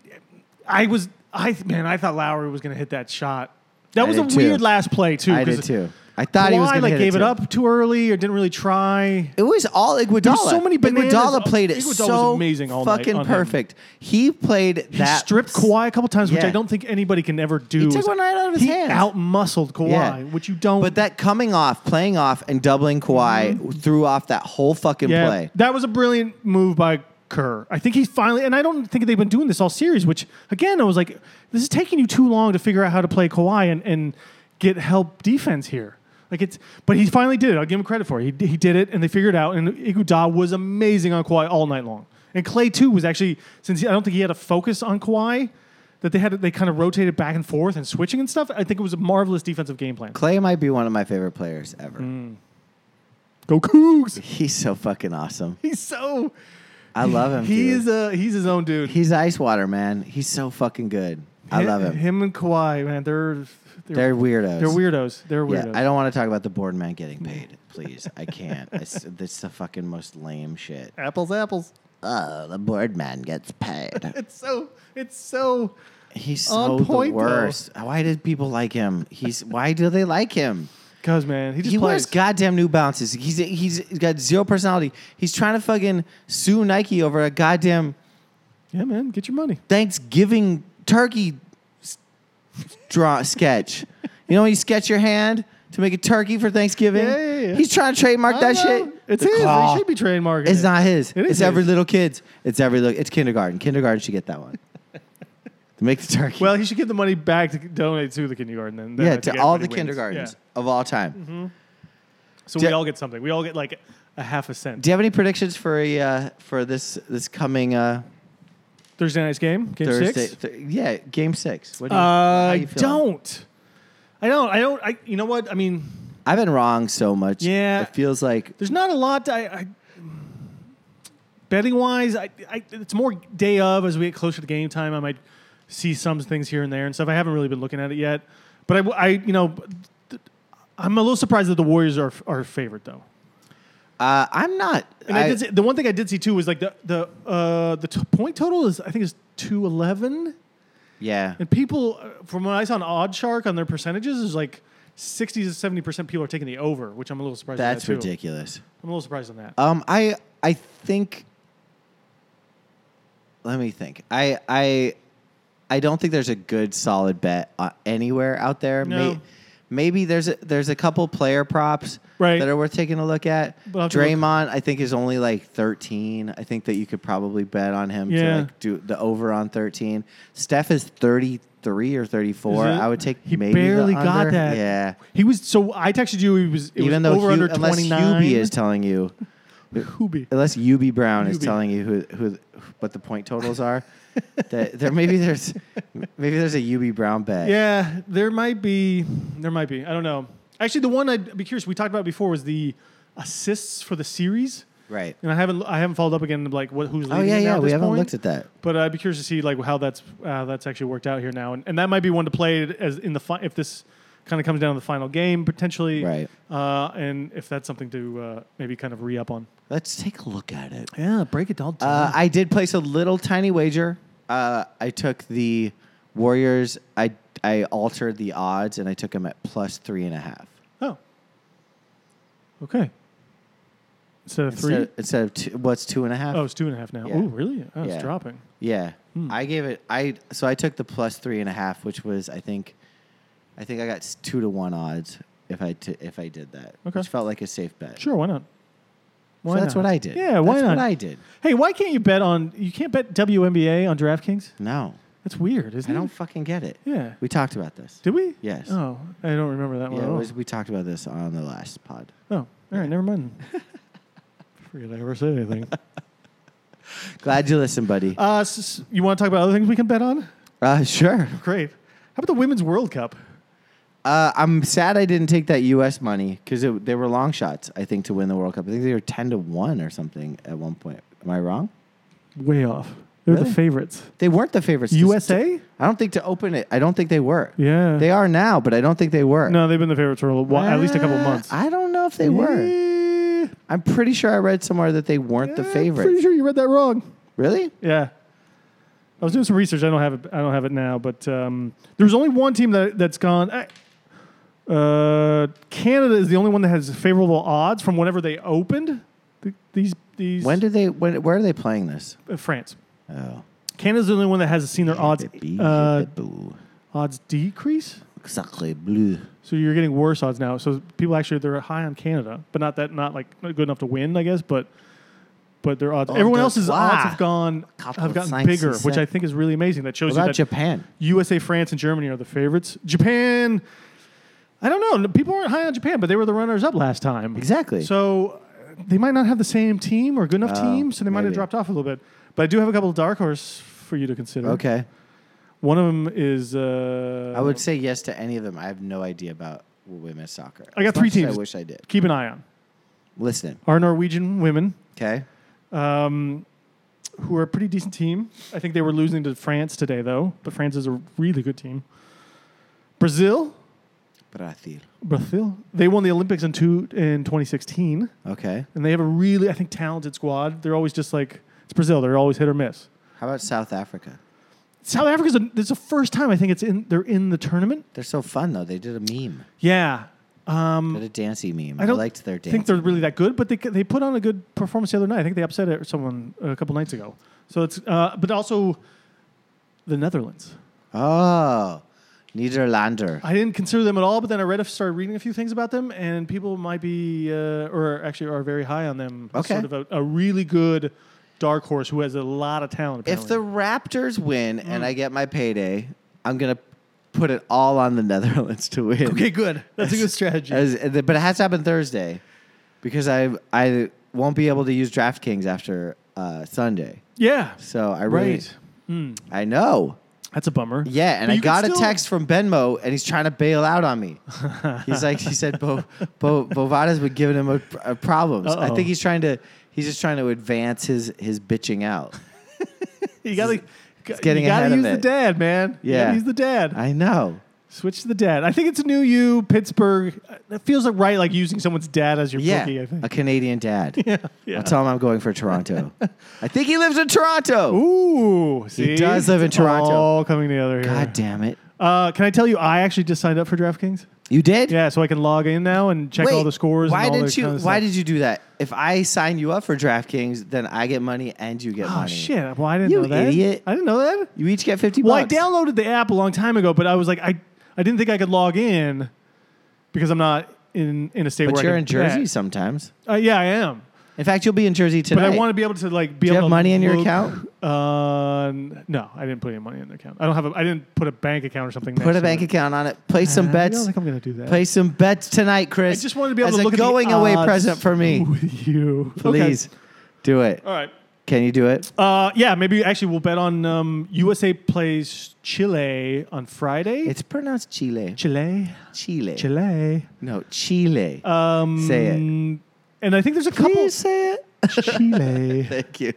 B: I was I man, I thought Lowry was gonna hit that shot. That
A: I
B: was a
A: did too.
B: weird last play too.
A: I
B: 'cause
A: did too. I thought he was
B: Kawhi,
A: gonna
B: like
A: hit
B: gave it,
A: too.
B: up too early or didn't really try.
A: It was all Iguodala.
B: was so many bananas.
A: Iguodala played it
B: Iguodala was
A: so
B: amazing all night
A: fucking
B: on him.
A: perfect. He played
B: He
A: that
B: stripped Kawhi a couple times, which
A: Yeah.
B: I don't think anybody can ever do.
A: He took
B: It's-
A: one right out of his
B: he
A: hands.
B: Out muscled Kawhi,
A: Yeah.
B: which you don't.
A: But that coming off, playing off, and doubling Kawhi threw off that whole fucking
B: Mm-hmm. yeah,
A: play.
B: that was a brilliant move by Kerr. I think he's finally, and I don't think they've been doing this all series. Which again, I was like, this is taking you too long to figure out how to play Kawhi and and get help defense here. Like it's, but he finally did it. I'll give him credit for it. He, he did it, and they figured it out. And Iguodala was amazing on Kawhi all night long. And Clay too was actually since he, I don't think he had a focus on Kawhi, that they had they kind of rotated back and forth and switching and stuff. I think it was a marvelous defensive game plan.
A: Clay might be one of my favorite players ever.
B: Mm. Go Cougs!
A: He's so fucking awesome.
B: He's so
A: I love him.
B: he
A: dude.
B: is a he's his own dude.
A: He's ice water, man. He's so fucking good. I love him.
B: Him and Kawhi, man, they're
A: They're weirdos.
B: They're weirdos. They're
A: Yeah,
B: weirdos.
A: I don't want to talk about the board man getting paid. Please, I can't. It's, it's the fucking most lame shit.
B: apples, apples.
A: Oh, the board man gets paid.
B: It's so. It's so.
A: He's
B: On
A: so the
B: point, though.
A: worst. Why did people like him? He's why do they like him?
B: Cause man, he just
A: He
B: plays.
A: wears goddamn New Balances. He's he's got zero personality. He's trying to fucking sue Nike over a goddamn
B: yeah, man, get your money.
A: Thanksgiving turkey s- draw sketch. You know when you sketch your hand to make a turkey for Thanksgiving?
B: Yeah, yeah, yeah.
A: He's trying to trademark that
B: I know.
A: shit.
B: It's
A: The
B: his.
A: claw.
B: They should be trademarking.
A: It's
B: it.
A: not his.
B: It is
A: it's every
B: his.
A: little kid's. It's every little. It's kindergarten. Kindergarten should get that one. to make the turkey.
B: Well, he should get the money back to donate to the kindergarten. Then, then I
A: yeah,
B: think
A: to all the
B: everybody wins.
A: kindergartens
B: Yeah. Mm-hmm.
A: of all time.
B: So
A: Do-
B: we all get something. We all get like a half a cent.
A: Do you have any predictions for a uh, for this this coming uh,
B: Thursday night's game, game
A: Thursday?
B: six.
A: Th- yeah, game six. What do you, how
B: I
A: you feeling?
B: don't. I don't. I don't. I. You know what? I mean,
A: I've been wrong so much.
B: Yeah.
A: it feels like
B: there's not a lot. I, I betting wise, I, I it's more day of as we get closer to game time. I might see some things here and there and stuff. I haven't really been looking at it yet, but I, w- I- you know, th- I'm a little surprised that the Warriors are are favored though.
A: uh, I'm not.
B: And I, did see, the one thing I did see too was like the the uh, the t- point total is I think is two eleven,
A: yeah,
B: and people uh, from what I saw on Odd Shark on their percentages is like sixty to seventy percent people are taking the over, which I'm a little surprised.
A: that's
B: at that, too.
A: ridiculous.
B: I'm a little surprised on that.
A: Um, I I think. Let me think. I I I don't think there's a good solid bet uh, anywhere out there.
B: No.
A: maybe there's a, there's a couple player props
B: Right.
A: that are worth taking a look at.
B: But I'll have to look.
A: Draymond, I think, is only like 13. I think that you could probably bet on him to
B: Yeah.
A: like do the over on 13. Steph is 33 or 34.
B: Is it?
A: I would take
B: He
A: maybe the
B: barely got
A: under.
B: that.
A: Yeah.
B: He was so I texted you. He was it
A: Even
B: was
A: though
B: over
A: Hu-
B: under
A: unless
B: twenty nine.
A: Hubie is telling you
B: Hubie.
A: unless UB Brown is
B: UB.
A: telling you who, who what the point totals are, that there maybe there's maybe there's a UB Brown bet.
B: Yeah, there might be. There might be. I don't know. Actually, the one I'd be curious. We talked about before was the assists for the series,
A: Right.
B: and I haven't I haven't followed up again like what who's leading.
A: Oh yeah,
B: it now
A: yeah.
B: At
A: We
B: this
A: haven't
B: point.
A: looked at that.
B: But I'd be curious to see like how that's uh, that's actually worked out here now, and, and that might be one to play as in the fi- if this kind of comes down to the final game potentially,
A: Right.
B: Uh, and if that's something to uh, maybe kind of re up on.
A: Let's take a look at it.
B: Yeah, break it down.
A: Uh, I did place a little tiny wager. Uh, I took the Warriors. I I altered the odds and I took them at plus three and a half
B: Oh. Okay. Instead of three?
A: instead, instead of two, what's two and a half.
B: oh, it's two and a half now.
A: Yeah.
B: Oh, really? Oh,
A: Yeah.
B: it's dropping.
A: Yeah,
B: Hmm.
A: I gave it. I so I took the plus three and a half, which was I think, I think I got s- two to one odds if I t- if I did that,
B: Okay.
A: which felt like a safe bet.
B: Sure, why not?
A: so that's
B: not?
A: what I did.
B: Yeah, why
A: that's
B: not?
A: What I did.
B: Hey, why can't you bet on you can't bet WNBA on DraftKings?
A: No,
B: That's weird, isn't
A: I don't
B: it?
A: fucking get it.
B: Hmm. Yeah.
A: We talked about this.
B: Did we?
A: Yes.
B: Oh, I don't remember that one
A: yeah,
B: at
A: it
B: all.
A: was, we talked about this on the last pod.
B: oh, all right, never mind. Forget I ever said anything.
A: Glad you listened, buddy.
B: Uh, s- s- you want to talk about other things we can bet on?
A: Uh, sure.
B: Great. How about the Women's World Cup?
A: Uh, I'm sad I didn't take that U.S. money because they were long shots. I think to win the World Cup. I think they were ten to one or something at one point. Am I wrong?
B: Way off. They're
A: Really?
B: the favorites.
A: They weren't the favorites. to-
B: USA?
A: I don't think to open it. I don't think they were.
B: Yeah.
A: They are now, but I don't think they were.
B: No, they've been the favorites for a little while, at least a couple
A: Uh,
B: months.
A: I don't know if they were.
B: Yeah.
A: I'm pretty sure I read somewhere that they weren't the
B: Yeah,
A: favorites.
B: Eh, Pretty sure you read that wrong.
A: Really?
B: Yeah. I was doing some research. I don't have it. I don't have it now, but um, there's only one team that that's gone. I- Uh, Canada is the only one that has favorable odds from whenever they opened th- these these.
A: When did they? When? Where are they playing this?
B: uh, France?
A: Oh,
B: Canada's the only one that hasn't seen their odds uh, odds decrease.
A: Sacre bleu.
B: So you're getting worse odds now. So people actually they're high on Canada, but not that not like not good enough to win, I guess. But but their odds.
A: Oh,
B: Everyone
A: the
B: else's
A: trois.
B: odds have gone
A: Quatre,
B: have gotten
A: cinq,
B: bigger,
A: six,
B: which I
A: seven.
B: think is really amazing. That shows
A: What
B: you
A: about
B: that
A: Japan?
B: USA, France, and Germany are the favorites. Japan, I don't know. People aren't high on Japan, but they were the runners up last time.
A: Exactly.
B: So uh, they might not have the same team or good enough
A: Oh,
B: team, so they might have
A: maybe.
B: dropped off a little bit. But I do have a couple of dark horse for you to consider.
A: okay.
B: One of them is uh,
A: I would say yes to any of them. I have no idea about women's soccer.
B: I got
A: As
B: three
A: much as
B: teams.
A: I wish I did.
B: keep an eye on
A: Listen.
B: our Norwegian women,
A: Okay.
B: um, who are a pretty decent team. I think they were losing to France today, though. But France is a really good team. Brazil,
A: Brazil.
B: Brazil, they won the Olympics in two in 2016.
A: Okay.
B: and they have a really, I think, talented squad. They're always just like it's Brazil. They're always hit or miss.
A: How about South Africa?
B: South Africa's a, this is the first time I think it's in. They're in the tournament.
A: They're so fun though. They did a meme.
B: Yeah,
A: They did a dancey meme. I,
B: I don't
A: liked their dance.
B: think they're really that good, but they they put on a good performance the other night. I think they upset it- someone a couple nights ago. So it's uh, but also the Netherlands.
A: oh, Niederlander.
B: I didn't consider them at all, but then I read, started reading a few things about them, and people might be, uh, or actually are very high on them. as
A: Okay.
B: sort of a, a really good dark horse who has a lot of talent.
A: If
B: Apparently.
A: the Raptors win
B: Mm.
A: and I get my payday, I'm gonna put it all on the Netherlands to win.
B: okay, good. That's a good strategy.
A: As- but it has to happen Thursday, because I I won't be able to use DraftKings after uh, Sunday.
B: yeah,
A: So I really,
B: Right. Mm,
A: I know.
B: that's a bummer.
A: Yeah, and
B: But
A: I
B: you can
A: got a
B: still-
A: text from Benmo, and he's trying to bail out on me. he's like, he said, Bo, Bo, Bovada's been giving him a, a problems. I
B: Uh-oh.
A: think he's trying to, he's just trying to advance his his bitching out.
B: You gotta,
A: getting
B: you gotta
A: ahead of
B: use the
A: it.
B: dad, man. You
A: Yeah.
B: gotta use the dad.
A: I know.
B: Switch to the dad. I think it's a new you, Pittsburgh. Uh, It feels like right, like using someone's dad as your
A: Yeah,
B: bookie. I think.
A: a Canadian dad.
B: Yeah, yeah.
A: I'll tell him I'm going for Toronto. I think he lives in Toronto.
B: Ooh, see,
A: does live in
B: It's
A: Toronto.
B: All coming together here.
A: God damn it!
B: Uh, can I tell you, I actually just signed up for DraftKings.
A: You did?
B: Yeah, so I can log in now and check all
A: Wait,
B: the scores.
A: Why
B: and all
A: did
B: that
A: you?
B: kind of
A: why
B: stuff.
A: did you do that? If I sign you up for DraftKings, then I get money and you get
B: Oh
A: money.
B: shit! Well, I didn't
A: You
B: know that.
A: idiot.
B: I didn't know that.
A: You each get fifty
B: Well, I
A: bucks.
B: downloaded the app a long time ago, but I was like, I, I didn't think I could log in because I'm not in, in a state
A: but
B: where
A: you're
B: I
A: in
B: can do that.
A: Jersey sometimes.
B: Uh, yeah, I am.
A: In fact, you'll be in Jersey
B: But
A: tonight.
B: I want to be able to like
A: Do
B: be
A: you
B: able
A: have
B: to
A: money in your
B: look-
A: account?
B: Uh, n- no, I didn't put any money in the account. I don't have. A, I didn't put a bank account or something.
A: Put a bank account on it. Place some
B: I
A: bets.
B: don't think I'm gonna do that.
A: Place some bets tonight,
B: I
A: Chris.
B: just wanted to be able
A: as
B: to look
A: a
B: at the
A: going away
B: odds
A: present for me.
B: With you, Okay.
A: Please do it.
B: All right.
A: Can you do it?
B: Uh, yeah, maybe actually we'll bet on um, USA plays Chile on Friday.
A: It's pronounced Chile.
B: Chile,
A: Chile.
B: Chile.
A: No, Chile.
B: Um,
A: Say it.
B: And I think there's a couple
A: Please say it.
B: Chile, and
A: Thank you.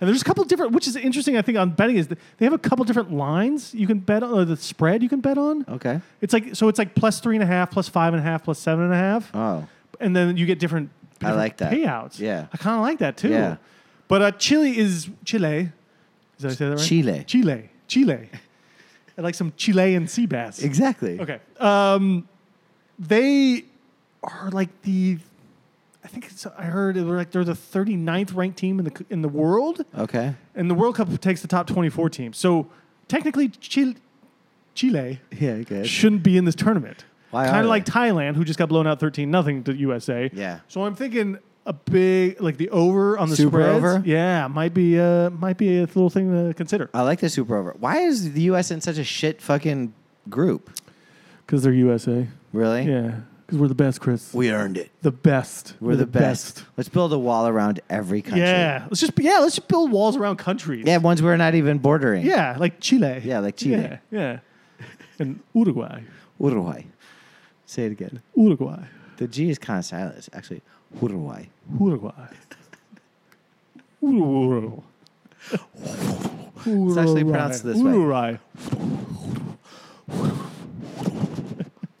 B: there's a couple different, which is interesting. I think on betting is that they have a couple different lines you can bet on, or the spread you can bet on.
A: Okay.
B: It's like so it's like plus three and a half, plus five and a half, plus seven and a half,
A: Oh.
B: and then you get different.
A: I
B: different
A: like that.
B: payouts.
A: Yeah.
B: I kind of like that too.
A: Yeah.
B: But uh, Chile is Chile. Did I say that right?
A: Chile.
B: Chile, Chile. I like some Chilean sea bass.
A: Exactly.
B: Okay. Um, they are like the, I think it's, I heard they were like they're the 39th ranked team in the in the world,
A: Okay.
B: and the World Cup takes the top 24 teams. So technically, Chile, Chile
A: Yeah, good.
B: shouldn't be in this tournament.
A: Why are
B: Kind
A: they?
B: of like Thailand, who just got blown out 13 nothing to USA.
A: Yeah.
B: So I'm thinking a big like the over on the
A: Super
B: spreads,
A: over?
B: Yeah, might be uh might be a little thing to consider
A: I like the Super Over. Why is the U.S. in such a shit fucking group?
B: because they're USA.
A: Really?
B: Yeah, because we're the best, Chris.
A: We earned it.
B: the best.
A: We're, the, best. Let's build a wall around every country.
B: Yeah, let's just yeah, let's just build walls around countries.
A: Yeah, ones we're not even bordering.
B: yeah, like Chile.
A: Yeah, like Chile.
B: Yeah, yeah. and Uruguay,
A: Uruguay. Say it again.
B: Uruguay,
A: The G is kind of silent. It's actually Uruguay.
B: Uruguay, Uruguay. It's
A: actually pronounced this way.
B: Uruguay.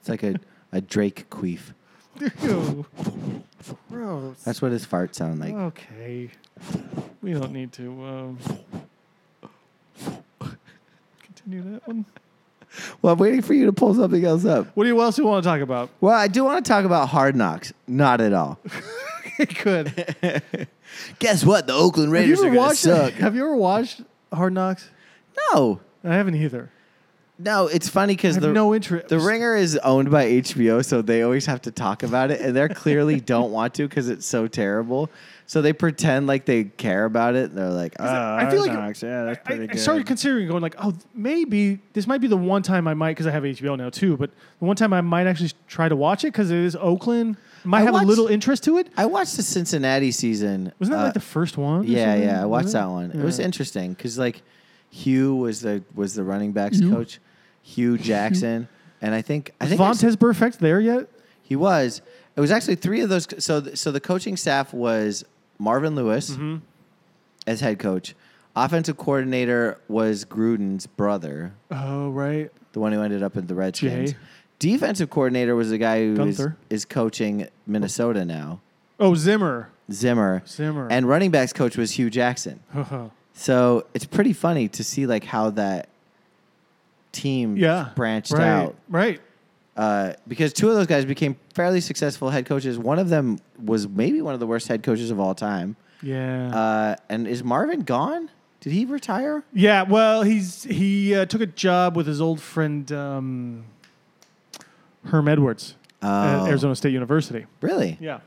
A: It's like a, a Drake queef.
B: Ew. Gross.
A: That's what his farts sound like.
B: okay. We don't need to um, continue that one.
A: Well, I'm waiting for you to pull something else up.
B: What do you what else you want to talk about?
A: Well, I do want to talk about hard knocks. Not at all.
B: Good.
A: Guess what? The Oakland Raiders are going to
B: watched?
A: suck.
B: Have you ever watched Hard Knocks?
A: no.
B: I haven't either.
A: No, it's funny because
B: have
A: the
B: no interest.
A: the Ringer is owned by HBO, so they always have to talk about it, and they clearly don't want to because it's so terrible. So they pretend like they care about it. And they're like,
C: Oh,
A: "Uh,
B: I feel
C: that
B: like-
C: sucks. yeah, that's
B: I,
C: pretty
B: I
C: good.
B: started considering going like, oh, th- maybe this might be the one time I might because I have HBO now too. But the one time I might actually try to watch it because it is Oakland. Might
A: I
B: have
A: watched-
B: a little interest to it.
A: I watched the Cincinnati season.
B: Wasn't that
A: uh,
B: like the first one? or
A: Yeah,
B: something?
A: yeah, I watched
B: Was it?
A: that one. It was
B: Yeah.
A: interesting because like Hugh was the was the running backs coach, Hugh Jackson, and I think I think I
B: Vontez Burfict there yet?
A: He was. It was actually three of those. So, th- so the coaching staff was Marvin Lewis
B: Mm-hmm.
A: as head coach. Offensive coordinator was Gruden's brother,
B: Oh right.
A: the one who ended up in the Redskins.
B: Jay.
A: Defensive coordinator was the guy who is,
B: Gunther.
A: is coaching Minnesota now,
B: Oh Zimmer.
A: Zimmer.
B: Zimmer.
A: And running backs coach was Hugh Jackson. So it's pretty funny to see like how that team
B: yeah.
A: branched
B: right,
A: out
B: Right.
A: uh, because two of those guys became fairly successful head coaches. One of them was maybe one of the worst head coaches of all time.
B: Yeah.
A: Uh, and is Marvin gone? Did he retire?
B: yeah. Well, he's he uh, took a job with his old friend um, Herm Edwards
A: Oh.
B: at Arizona State University.
A: Really?
B: Yeah.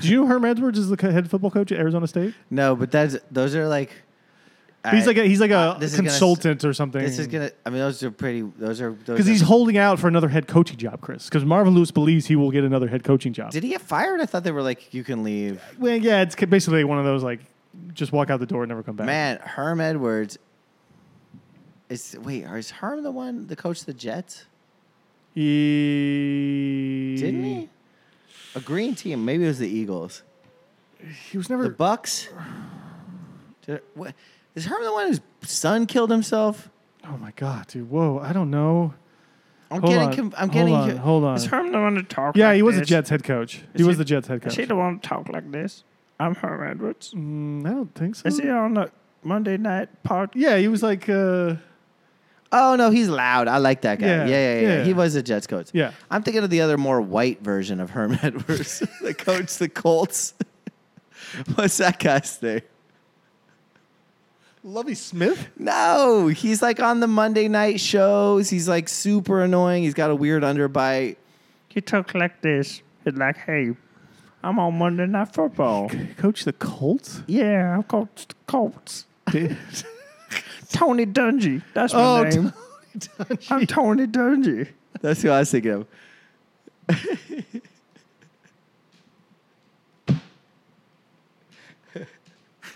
B: Do you know Herm Edwards is the co- head football coach at Arizona State?
A: No, but that's those are like.
B: he's like a, he's like a
A: Uh, this is gonna s-
B: consultant or something.
A: This is gonna. I mean, those are pretty. Those are those
B: because
A: are-
B: he's holding out for another head coaching job, Chris. Because Marvin Lewis believes he will get another head coaching job.
A: Did he get fired? I thought they were like, you can leave.
B: well, yeah, it's ca- basically one of those like just walk out the door and never come back.
A: Man, Herm Edwards. Is wait, is Herm the one the coach of the Jets?
B: he
A: Didn't he? A green team. Maybe it was the Eagles.
B: He was never.
A: The Bucks. Did, what, is Herman the one whose son killed himself?
B: oh my god, dude! Whoa, I don't know.
A: I'm
B: Hold
A: getting.
B: on,
A: conf- I'm
B: hold
A: getting.
B: on,
A: co-
B: hold on.
C: Is Herm the one to talk?
B: yeah,
C: like
B: he was
C: this?
B: the Jets head coach. He was
C: he-
B: the Jets head
C: Is
B: coach.
C: he the one to talk like this? I'm Herm Edwards.
B: Mm, I don't think so.
C: Is he on the Monday night pod?
B: yeah, he was like, uh,
A: oh no, he's loud. I like that guy. Yeah,
B: Yeah,
A: yeah, yeah. yeah.
B: yeah.
A: He was a Jets coach.
B: yeah.
A: I'm thinking of the other more white version of Herm Edwards, the coach, the Colts. What's that guy's name?
B: Lovey Smith.
A: No, he's like on the Monday night shows. He's like super annoying. He's got a weird underbite.
C: He talk like this. He's like, hey, I'm on Monday night football.
B: Coach the Colts.
C: yeah, I coached the Colts.
B: Dude.
C: Tony Dungy. That's my
B: Oh,
C: name. I'm Tony Dungy.
A: That's who I was thinking of.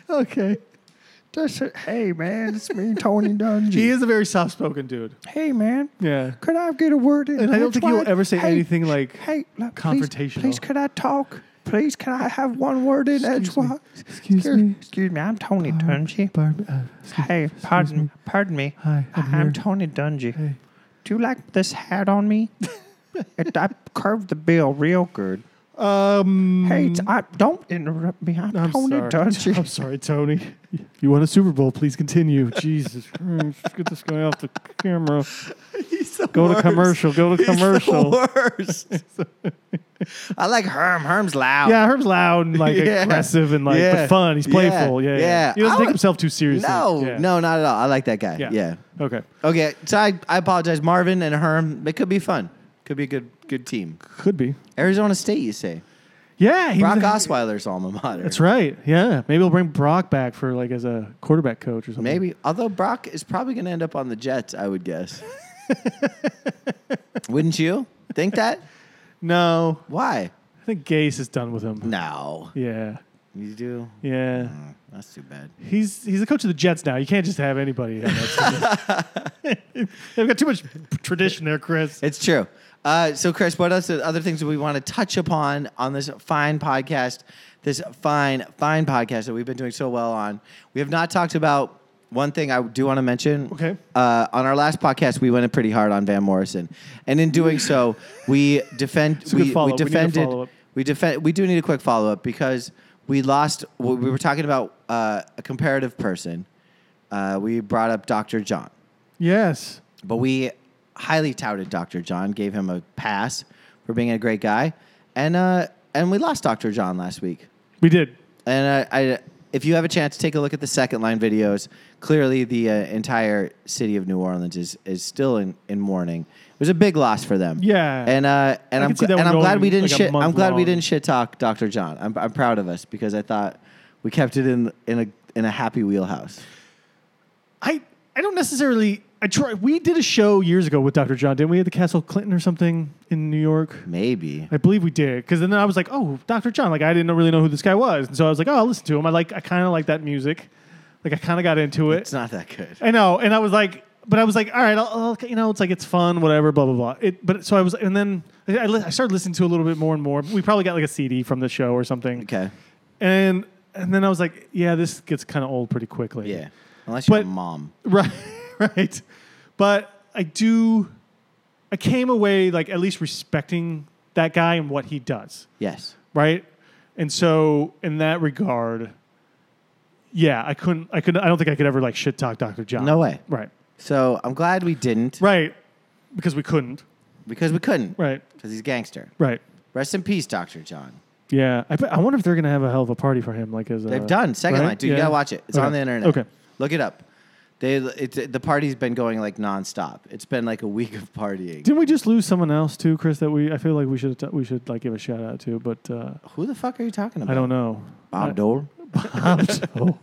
B: okay.
C: That's it. Hey, man, it's me, Tony Dungy.
B: He is a very soft-spoken dude.
C: Hey, man,
B: Yeah.
C: could I get a word in?
B: And I don't think he'll
C: edgewise?
B: ever say
C: Hey,
B: anything like
C: Hey, look,
B: confrontational.
C: Please, please, could I talk? Please, can I have one word in
B: Excuse me.
C: edgewise?
B: Excuse me.
C: Excuse me, I'm Tony Dungy.
B: Pardon, uh,
C: Hey, pardon, pardon me.
B: Hi, I'm
C: I'm,
B: here.
C: Tony Dungy.
B: Hey.
C: Do you like this hat on me? it, I curved the bill real good.
B: Um,
C: Hey, t- I, don't interrupt me. I'm,
B: I'm
C: Tony
B: sorry.
C: Dungy.
B: I'm sorry, Tony. You won a Super Bowl. Please continue. Jesus Christ. Let's Get this guy off the camera.
A: He's the
B: Go
A: worst.
B: to commercial. Go to
A: He's the
B: commercial.
A: worst. I like Herm. Herm's loud.
B: Yeah, Herb's loud and like
A: Yeah.
B: aggressive and like
A: Yeah.
B: but fun. He's
A: Yeah.
B: playful. Yeah, yeah.
A: Yeah.
B: He doesn't
A: I
B: take
A: would-
B: himself too seriously.
A: No,
B: Yeah.
A: no, not at all. I like that guy. Yeah.
B: Yeah. Okay.
A: Okay, so I, I apologize, Marvin and Herm. It could be fun. Could be a good good team.
B: Could be.
A: Arizona State, you say?
B: Yeah, he
A: Brock
B: was-
A: Osweiler's alma mater.
B: That's right. Yeah, maybe we'll bring Brock back for like as a quarterback coach or something.
A: Maybe. Although Brock is probably going to end up on the Jets, I would guess. Wouldn't you think that?
B: No,
A: Why?
B: I think Gase is done with him.
A: No.
B: Yeah,
A: You do?
B: yeah.
A: Mm, that's too bad.
B: He's he's the coach of the Jets now. You can't just have anybody. On that team. They've got too much tradition there, Chris.
A: It's true. Uh, so, Chris, what else? Other things that we want to touch upon on this fine podcast, this fine, fine podcast that we've been doing so well on. We have not talked about one thing I do want to mention.
B: Okay.
A: Uh, on our last podcast, we went in pretty hard on Van Morrison, and in doing so, we defend.
B: a good
A: we, we
B: follow-up. We need a
A: defended.
B: follow-up.
A: We defend. We do need a quick follow up because we lost. We we were talking about uh, a comparative person. Uh, we brought up Dr. John.
B: Yes.
A: But we highly touted Dr. John, gave him a pass for being a great guy, and uh, and we lost Dr. John last week.
B: We did.
A: And I, I if you have a chance, take a look at the second line videos. Clearly, the uh, entire city of New Orleans is is still in, in mourning. It was a big loss for them.
B: Yeah.
A: and uh, and
B: I
A: I'm
B: could see
A: gl-
B: that
A: and
B: one
A: I'm glad
B: going
A: we didn't
B: like a
A: shit.
B: month
A: I'm glad we
B: long.
A: didn't shit talk Dr. John. I'm I'm proud of us because I thought we kept it in in a in a happy wheelhouse.
B: I I don't necessarily. I try. We did a show years ago with Dr. John, didn't we? At the Castle Clinton or something in New York.
A: Maybe
B: I believe we did, because then I was like, "Oh, Dr. John!" Like I didn't really know who this guy was, and so I was like, "Oh, I'll listen to him. I like, I kind of like that music. Like I kind of got into it.
A: it's not that good.
B: I know, and I was like, but I was like, all right, I'll, I'll, you know, it's like it's fun, whatever, blah blah blah. It, but so I was, and then I, I li- I started listening to a little bit more and more. We probably got like a CD from the show or something,
A: Okay,
B: and and then I was like, yeah, this gets kind of old pretty quickly.
A: yeah, unless you're a
B: But-
A: mom.
B: Right, right. But I do, I came away like at least respecting that guy and what he does,
A: Yes,
B: right? And so in that regard, yeah, I couldn't, I could, I don't think I could ever like shit talk Dr. John.
A: No way.
B: Right,
A: so I'm glad we didn't
B: right, because we couldn't.
A: because we couldn't
B: Right,
A: because he's a gangster.
B: right.
A: Rest in peace, Dr. John.
B: Yeah, I, bet- I wonder if they're gonna have a hell of a party for him. Like as
A: They've done second
B: Uh, right?
A: line, dude. You
B: Yeah.
A: gotta watch it. It's
B: Okay.
A: on the internet.
B: Okay.
A: look it up. They it's the party's been going like nonstop. It's been like a week of partying.
B: Didn't we just lose someone else too, Chris? That we I feel like we should we should like give a shout out to, but uh,
A: Who the fuck are you talking about?
B: I don't know.
A: Bob Dole.
B: know.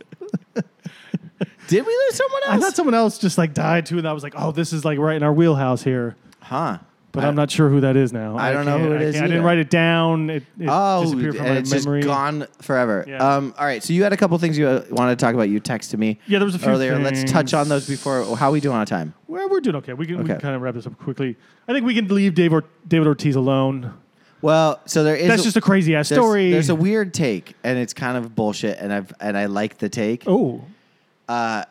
A: Did we lose someone
B: I
A: else?
B: thought someone else just like died too, and I was like, oh, this is like right in our wheelhouse here.
A: huh?
B: But I, am not sure who that is now.
A: I don't know
B: can't-
A: who it
B: I
A: is
B: can't- I didn't
A: either.
B: write it down. It, it
A: Oh,
B: disappeared from
A: and
B: my
A: it's
B: memory.
A: just gone forever.
B: Yeah.
A: Um, all right. So you had a couple things you uh, wanted to talk about. You texted me.
B: Yeah, there was a few
A: earlier. Let's touch on those
B: things.
A: before. How we doing on time?
B: Well, we're doing okay. We can, we
A: Okay.
B: can kind of wrap this up quickly. I think we can leave Dave or, David Ortiz alone.
A: Well, so there is.
B: That's just a crazy ass
A: there's-
B: story.
A: There's a weird take, and it's kind of bullshit. And I've and I like the take.
B: oh,
A: Uh,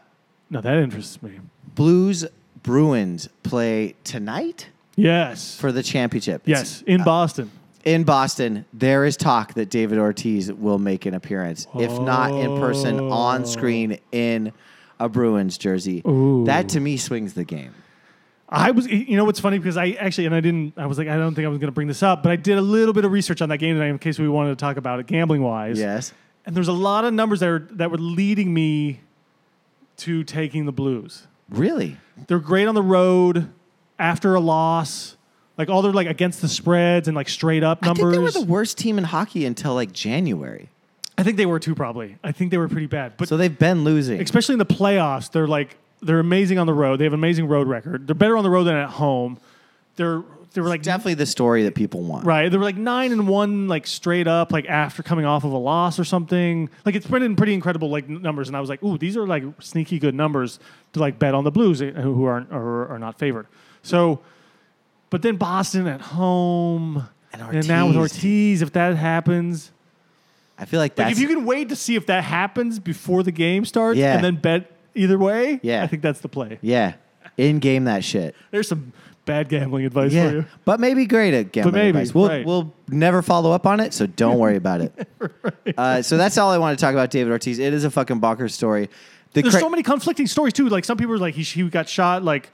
B: no, that interests me.
A: Blues Bruins play tonight
B: Yes,
A: for Uh, the championship.
B: yes, in Boston.
A: In Boston, there is talk that David Ortiz will make an appearance, if not in person, on screen in a Bruins jersey.
B: Ooh.
A: That to me swings the game.
B: I was, you know, what's funny because I actually, and I didn't, I was like, I don't think I was going to bring this up, but I did a little bit of research on that game tonight in case we wanted to talk about it gambling wise.
A: Yes.
B: And there's a lot of numbers that, are, that were leading me to taking the Blues.
A: Really?
B: They're great on the road after a loss, like all their like against the spreads and like straight up
A: I think
B: numbers.
A: they were the worst team in hockey until like January.
B: I think they were too, probably. I think they were pretty bad. But
A: So they've been losing.
B: especially in the playoffs, they're like they're amazing on the road. They have an amazing road record. They're better on the road than at home. They're they were like
A: Definitely the story that people want.
B: Right. They were like nine and one, like straight up, like after coming off of a loss or something. Like it's been in pretty incredible like n- numbers, and I was like, ooh, these are like sneaky good numbers to like bet on the Blues eh, who who aren't are, are not favored. So, but then Boston at home,
A: And
B: now with
A: Ortiz.
B: Ortiz, if that happens,
A: I feel like
B: like
A: that's
B: if you can wait to see if that happens before the game starts,
A: Yeah.
B: and then bet either way,
A: Yeah.
B: I think that's the play.
A: yeah. In game that shit.
B: There's some bad gambling advice for
A: Yeah,
B: you.
A: but maybe great at gambling
B: maybe,
A: advice. We'll
B: right.
A: we'll never follow up on it, so don't worry about it. uh, so that's all I want to talk about David Ortiz. It is a fucking bonkers story. The
B: there's
A: cra-
B: so many conflicting stories too. Like some people are like he, he got shot like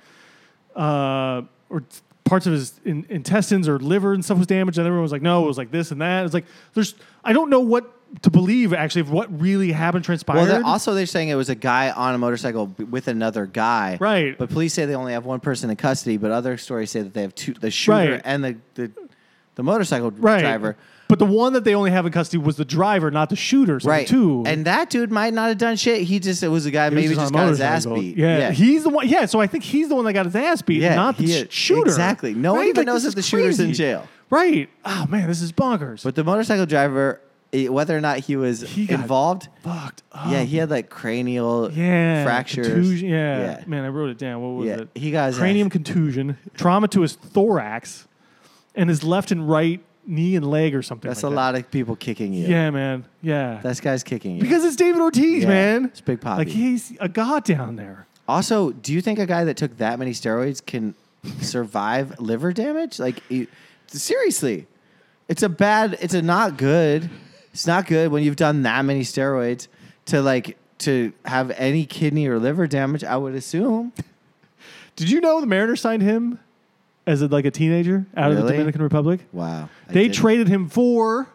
B: uh or t- parts of his in, intestines or liver and stuff was damaged, and everyone was like, no, it was like this and that. It's like there's I don't know what to believe actually of what really happened transpired.
A: well, they're also they're saying it was a guy on a motorcycle b- with another guy,
B: Right.
A: But police say they only have one person in custody, but other stories say that they have two: the shooter
B: Right.
A: and the, the the motorcycle
B: right.
A: driver,
B: But the one that they only have in custody was the driver, not the shooter. So
A: right?
B: Two
A: And that dude might not have done shit. He just it was a guy
B: He was
A: maybe just,
B: on a
A: got his ass
B: motorcycle.
A: beat.
B: Yeah. he's the one. Yeah, so I think he's the one that got his ass beat,
A: Yeah,
B: not the
A: he-
B: sh- shooter.
A: exactly. No one even knows
B: this
A: that
B: is
A: the shooter's in
B: crazy.
A: jail.
B: Right. Oh man, this is bonkers.
A: But the motorcycle driver, eh, whether or not he was
B: He got-
A: involved,
B: fucked up.
A: yeah, he had like cranial
B: yeah,
A: fractures.
B: contusion- yeah.
A: yeah.
B: man, I wrote it down. What was
A: Yeah,
B: it?
A: he got his
B: cranium
A: ass-
B: contusion, trauma to his thorax, and his left and right knee and leg or something.
A: That's
B: like
A: a
B: that.
A: lot of people kicking you.
B: Yeah, man. Yeah,
A: That's guys kicking you.
B: because it's David Ortiz,
A: Yeah,
B: man.
A: it's Big Papi.
B: Like he's a god down there.
A: also, do you think a guy that took that many steroids can survive liver damage? Like, you- seriously, it's a bad. It's a not good. It's not good when you've done that many steroids to like to have any kidney or liver damage. I would assume.
B: Did you know the Mariners signed him as a, like a teenager out of the
A: Really?
B: Dominican Republic?
A: Wow. I
B: They
A: did-
B: traded him for.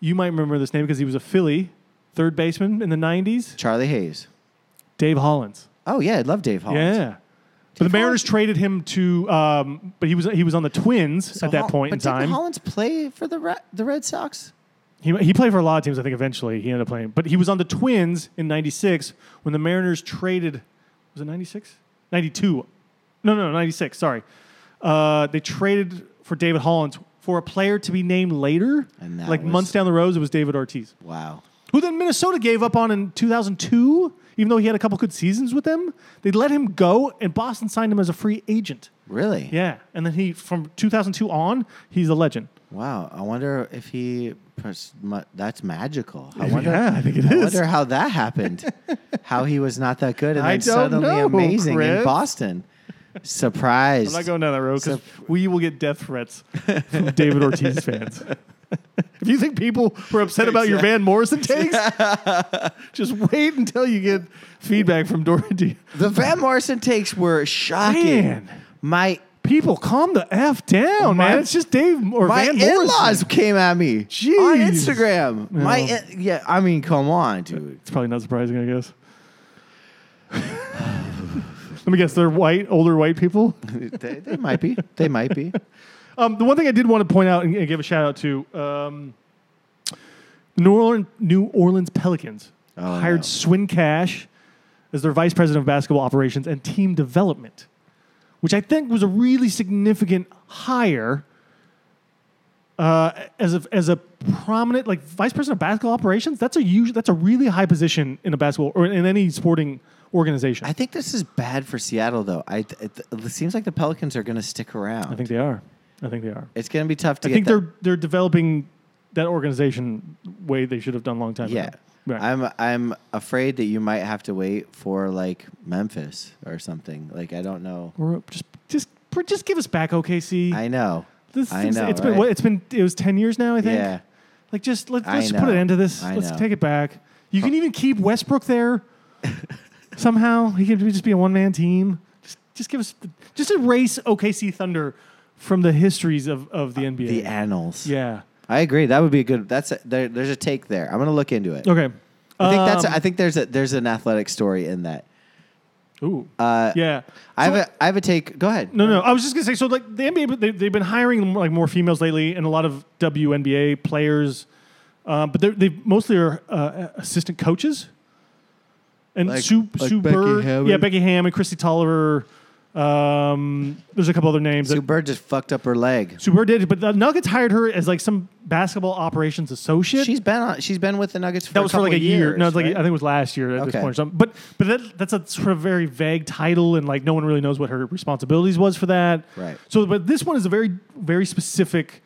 B: You might remember this name because he was a Philly. third baseman in the '90s,
A: Charlie Hayes.
B: Dave Hollins.
A: Oh yeah, I love Dave Holland.
B: Yeah. But the Mariners traded him to, um, but he was he was on the Twins
A: So
B: at that
A: Hol-
B: point in
A: but didn't
B: time.
A: Hollins play for the Ra- the Red Sox.
B: He, he played for a lot of teams, I think. Eventually, he ended up playing, but he was on the Twins in '96 when the Mariners traded. Was it '96? '92? No, no, '96. Sorry, uh, they traded for David Hollins for a player to be named later,
A: And that
B: like
A: was-
B: months down the road. It was David Ortiz,
A: Wow.
B: who then Minnesota gave up on in 2002, even though he had a couple good seasons with them. They let him go, and Boston signed him as a free agent.
A: Really?
B: Yeah, and then he from 2002 on, he's a legend.
A: Wow. I wonder if he. pers- mu- That's magical. I wonder.
B: yeah, I think it is.
A: I wonder how that happened. how he was not that good and
B: I
A: then
B: don't
A: suddenly
B: know,
A: amazing in
B: Chris.
A: Boston. Surprised.
B: I'm not going down that road because
A: So-
B: we will get death threats from David Ortiz fans. if you think people were upset about your Van Morrison takes, just wait until you get feedback from Dorothy.
A: The Van Morrison takes were shocking.
B: Man.
A: My
B: People, calm the f down,
A: My-
B: man. It's just Dave or
A: my
B: Van
A: in
B: Morrison.
A: laws came at me on
B: Jeez.
A: Instagram. My
B: No.
A: in- yeah, I mean, come on, dude.
B: It's probably not surprising, I guess. Let me guess, they're white, older white people.
A: they, they might be. They might be.
B: Um, the one thing I did want to point out and, and give a shout out to um, New, Orleans, New Orleans Pelicans
A: Oh,
B: hired
A: no.
B: Swin Cash as their vice president of basketball operations and team development, which I think was a really significant hire uh, as a as a prominent like vice president of basketball operations. That's a huge, that's a really high position in a basketball or in any sporting organization.
A: I think this is bad for Seattle, though. I it, it seems like the Pelicans are going to stick around.
B: I think they are. I think they are.
A: it's going to be tough to
B: I
A: get.
B: think
A: that-
B: they're they're developing that organization way they should have done a long time
A: Yeah.
B: ago. Right.
A: I'm I'm afraid that you might have to wait for like Memphis or something. Like I don't know.
B: Or just just pr- just give us back OKC.
A: I know.
B: this
A: I
B: thing's-
A: know.
B: it's been
A: right?
B: what, it's been it was 10 years now I think.
A: Yeah.
B: Like just let,
A: I
B: let's just put an
A: know.
B: end to this.
A: I
B: let's
A: know.
B: take it back. You can even keep Westbrook there. Somehow he can just be a one man team. Just just give us just erase OKC Thunder from the histories of, of the NBA.
A: Uh, The annals.
B: yeah.
A: I agree. That would be a good. That's a, there, there's a take there. I'm gonna look into it.
B: Okay.
A: I think that's.
B: Um,
A: I think there's a there's an athletic story in that.
B: ooh.
A: Uh,
B: yeah.
A: I
B: So-
A: have a I have a take. Go ahead.
B: No, no. I was just gonna say. So like the NBA, they, they've been hiring like more females lately, and a lot of WNBA players, um, but they're, they mostly are uh, assistant coaches. And
A: Like-
B: Sue,
A: like
B: Sue
A: Becky
B: Bird,
A: Hammond?
B: yeah, Becky Hammond, Christy Tolliver. Um, there's a couple other names.
A: Sue
B: that-
A: Bird just fucked up her leg.
B: Sue Bird did, but the Nuggets hired her as like some basketball operations associate.
A: She's been on. She's been with the Nuggets. For
B: that
A: a
B: was for like
A: couple
B: a year.
A: years,
B: no, it's like
A: right?
B: I think it was last year at this
A: Okay.
B: point or something. But but that, that's a sort of very vague title, and like no one really knows what her responsibilities was for that.
A: Right.
B: So, but this one is a very very specific.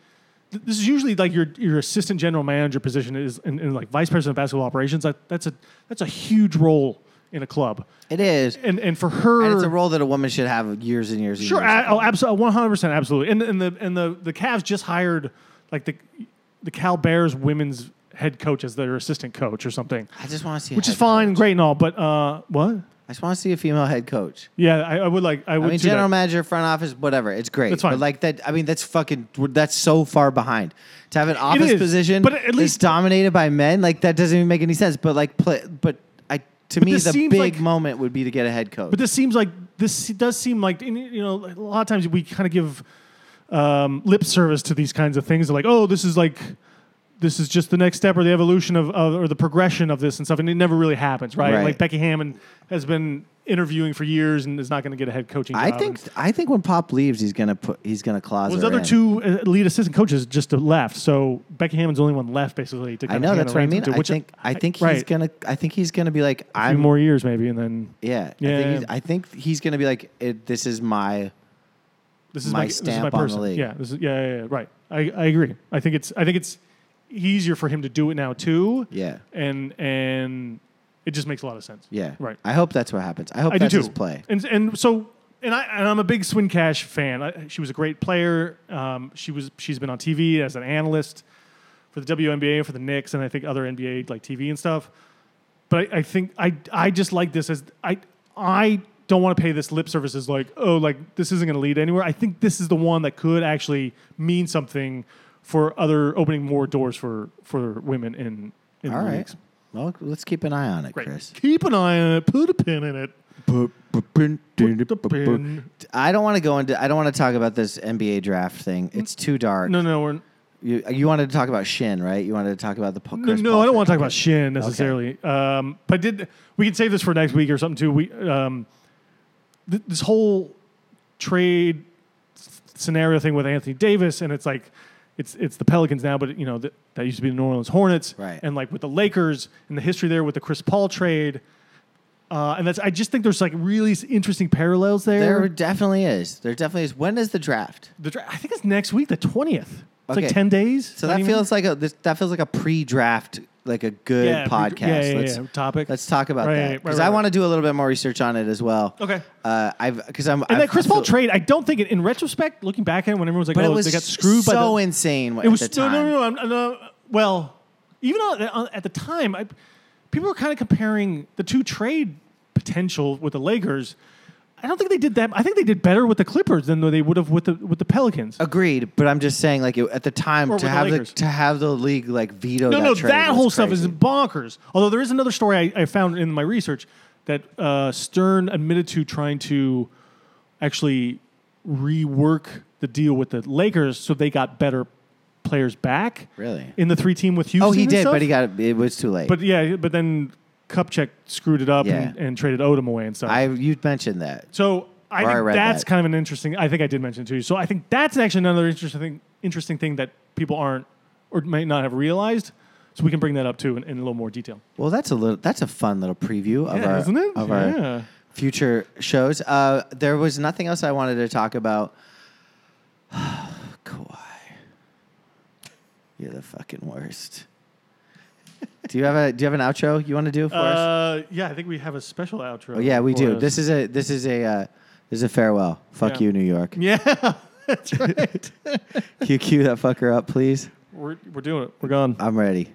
B: th- This is usually like your your assistant general manager position is in, in like vice president of basketball operations. Like that's a that's a huge role in a club,
A: it is.
B: and and for her,
A: And it's a role that a woman should have years and years. And
B: Sure,
A: years
B: I,
A: ago.
B: oh, absolutely, one hundred percent, absolutely. And and the and the the Cavs just hired like the the Cal Bears women's head coach as their assistant coach or something
A: I just want to see. a
B: which is
A: head
B: fine,
A: coach.
B: and great and all, but uh, what?
A: I just want to see a female head coach.
B: Yeah, I, I would like. I would.
A: I mean,
B: do that.
A: general manager, front office, whatever. It's great.
B: That's fine.
A: But like that, I mean, that's fucking. That's so far behind to have an office
B: is,
A: position,
B: but at
A: that's
B: least-
A: dominated by men. Like that doesn't even make any sense. But like, play, but I to me
B: this
A: the big
B: seems like-
A: moment would be to get a head coach.
B: But this seems like this does seem like and, you know a lot of times we kind of give um, lip service to these kinds of things. Like, oh, this is like this is just the next step or the evolution of, of or the progression of this and stuff, and it never really happens, right?
A: Right.
B: Like Becky Hammond has been interviewing for years and is not going to get a head coaching.
A: I
B: job.
A: think
B: And-
A: I think when Pop leaves, he's gonna put he's gonna clause.
B: well,
A: her
B: his other
A: in.
B: two uh, lead assistant coaches just left, so Becky Hammond's the only one left, basically. To kind
A: I
B: of
A: know
B: hand
A: that's
B: the
A: what I
B: reins
A: mean.
B: to,
A: I
B: which
A: think I think he's
B: right.
A: gonna I think he's gonna be like
B: a few
A: I'm
B: more years maybe, and then
A: yeah, I
B: Yeah.
A: think he's, I think he's gonna be like it, this is my
B: this is
A: my
B: my, this is my
A: stamp on the
B: person.
A: league.
B: Yeah, this is, yeah, yeah, yeah, right. I, I agree. I think it's I think it's easier for him to do it now too.
A: yeah
B: and and it just makes a lot of sense.
A: yeah
B: Right.
A: I hope that's what happens. I hope
B: I do
A: that's
B: too.
A: his play.
B: And and so and I and I'm a big Swin Cash fan. I, she was a great player. Um, she was she's been on TV as an analyst for the WNBA for the Knicks and I think other NBA like TV and stuff. But I, I think I I just like this as I I don't want to pay this lip service as like oh like this isn't going to lead anywhere. I think this is the one that could actually mean something for other opening more doors for for women in in
A: All
B: the
A: right.
B: leagues.
A: Well, let's keep an eye on it, Chris.
B: Keep an eye on it. Put a pin in it. The pin.
A: I don't want to go into. I don't want to talk about this NBA draft thing. It's too dark.
B: Mm. No, no, we're,
A: You, you wanted to talk about Shin, right? You wanted to talk about the Paul-
B: no,
A: Chris
B: no.
A: Paul
B: I don't want to
A: thing.
B: talk about Shin necessarily. Um, but did we can save this for next week or something too? We um, th- this whole trade s- scenario thing with Anthony Davis, and it's like it's it's the Pelicans now, but you know th- that used to be the New Orleans Hornets,
A: Right.
B: And like with the Lakers and the history there with the Chris Paul trade, uh, and that's I just think there's like really s- interesting parallels there.
A: There definitely is. There definitely is. When is the draft?
B: The dra- I think it's next week, the twentieth. It's
A: Okay.
B: like ten days.
A: So
B: not
A: that
B: even-
A: feels like a this, that feels like a pre-draft, like a good
B: Yeah, pre-
A: podcast.
B: yeah, yeah,
A: let's,
B: yeah, topic.
A: Let's talk about
B: Right,
A: that
B: right,
A: because
B: right,
A: I
B: right.
A: want to do a little bit more research on it as well.
B: Okay.
A: Uh, I've because I'm
B: And
A: I've-
B: that Chris
A: I
B: Paul
A: feel-
B: trade, I don't think it, in retrospect, looking back at it, when everyone's like,
A: but
B: "Oh,
A: it was
B: they got screwed
A: so
B: by the,"
A: insane.
B: it was
A: at the time.
B: no, no, no, I'm- no. Well, even on- on- at the time, I, people were kind of comparing the two trade potential with the Lakers. I don't think they did that. I think they did better with the Clippers than they would have with the with the Pelicans.
A: Agreed, but I'm just saying, like it, at the time
B: Or
A: to
B: with the
A: have the,
B: Lakers.
A: to have the league like veto.
B: no,
A: that
B: no,
A: trade
B: that
A: was
B: whole stuff is
A: crazy.
B: bonkers. Although there is another story I, I found in my research that uh, Stern admitted to trying to actually rework the deal with the Lakers so they got better players back.
A: Really?
B: In the three team with Houston.
A: Oh, he
B: and
A: did,
B: stuff.
A: but he got it was too late.
B: But yeah, but then Kupchak screwed it up and,
A: Yeah.
B: and traded Odom away and stuff.
A: I you mentioned that.
B: So I
A: Or I
B: think
A: read
B: that's
A: that.
B: kind of an interesting. I think I did mention it to you. So I think that's actually another interesting thing, interesting thing that people aren't or may not have realized. So we can bring that up too in, in a little more detail.
A: Well, that's a little that's a fun little preview of
B: Yeah,
A: our
B: isn't it?
A: of
B: Yeah.
A: our future shows. Uh, there was nothing else I wanted to talk about. Kawhi, you're the fucking worst. do you have a do you have an outro you want to do for us?
B: Uh, yeah, I think we have a special outro.
A: Oh, yeah, we
B: for
A: do.
B: us.
A: This is a this is a uh, this is a farewell. Fuck
B: Yeah.
A: you, New York.
B: yeah, that's right.
A: Can you cue that fucker up, please?
B: we're we're doing it. We're gone.
A: I'm ready.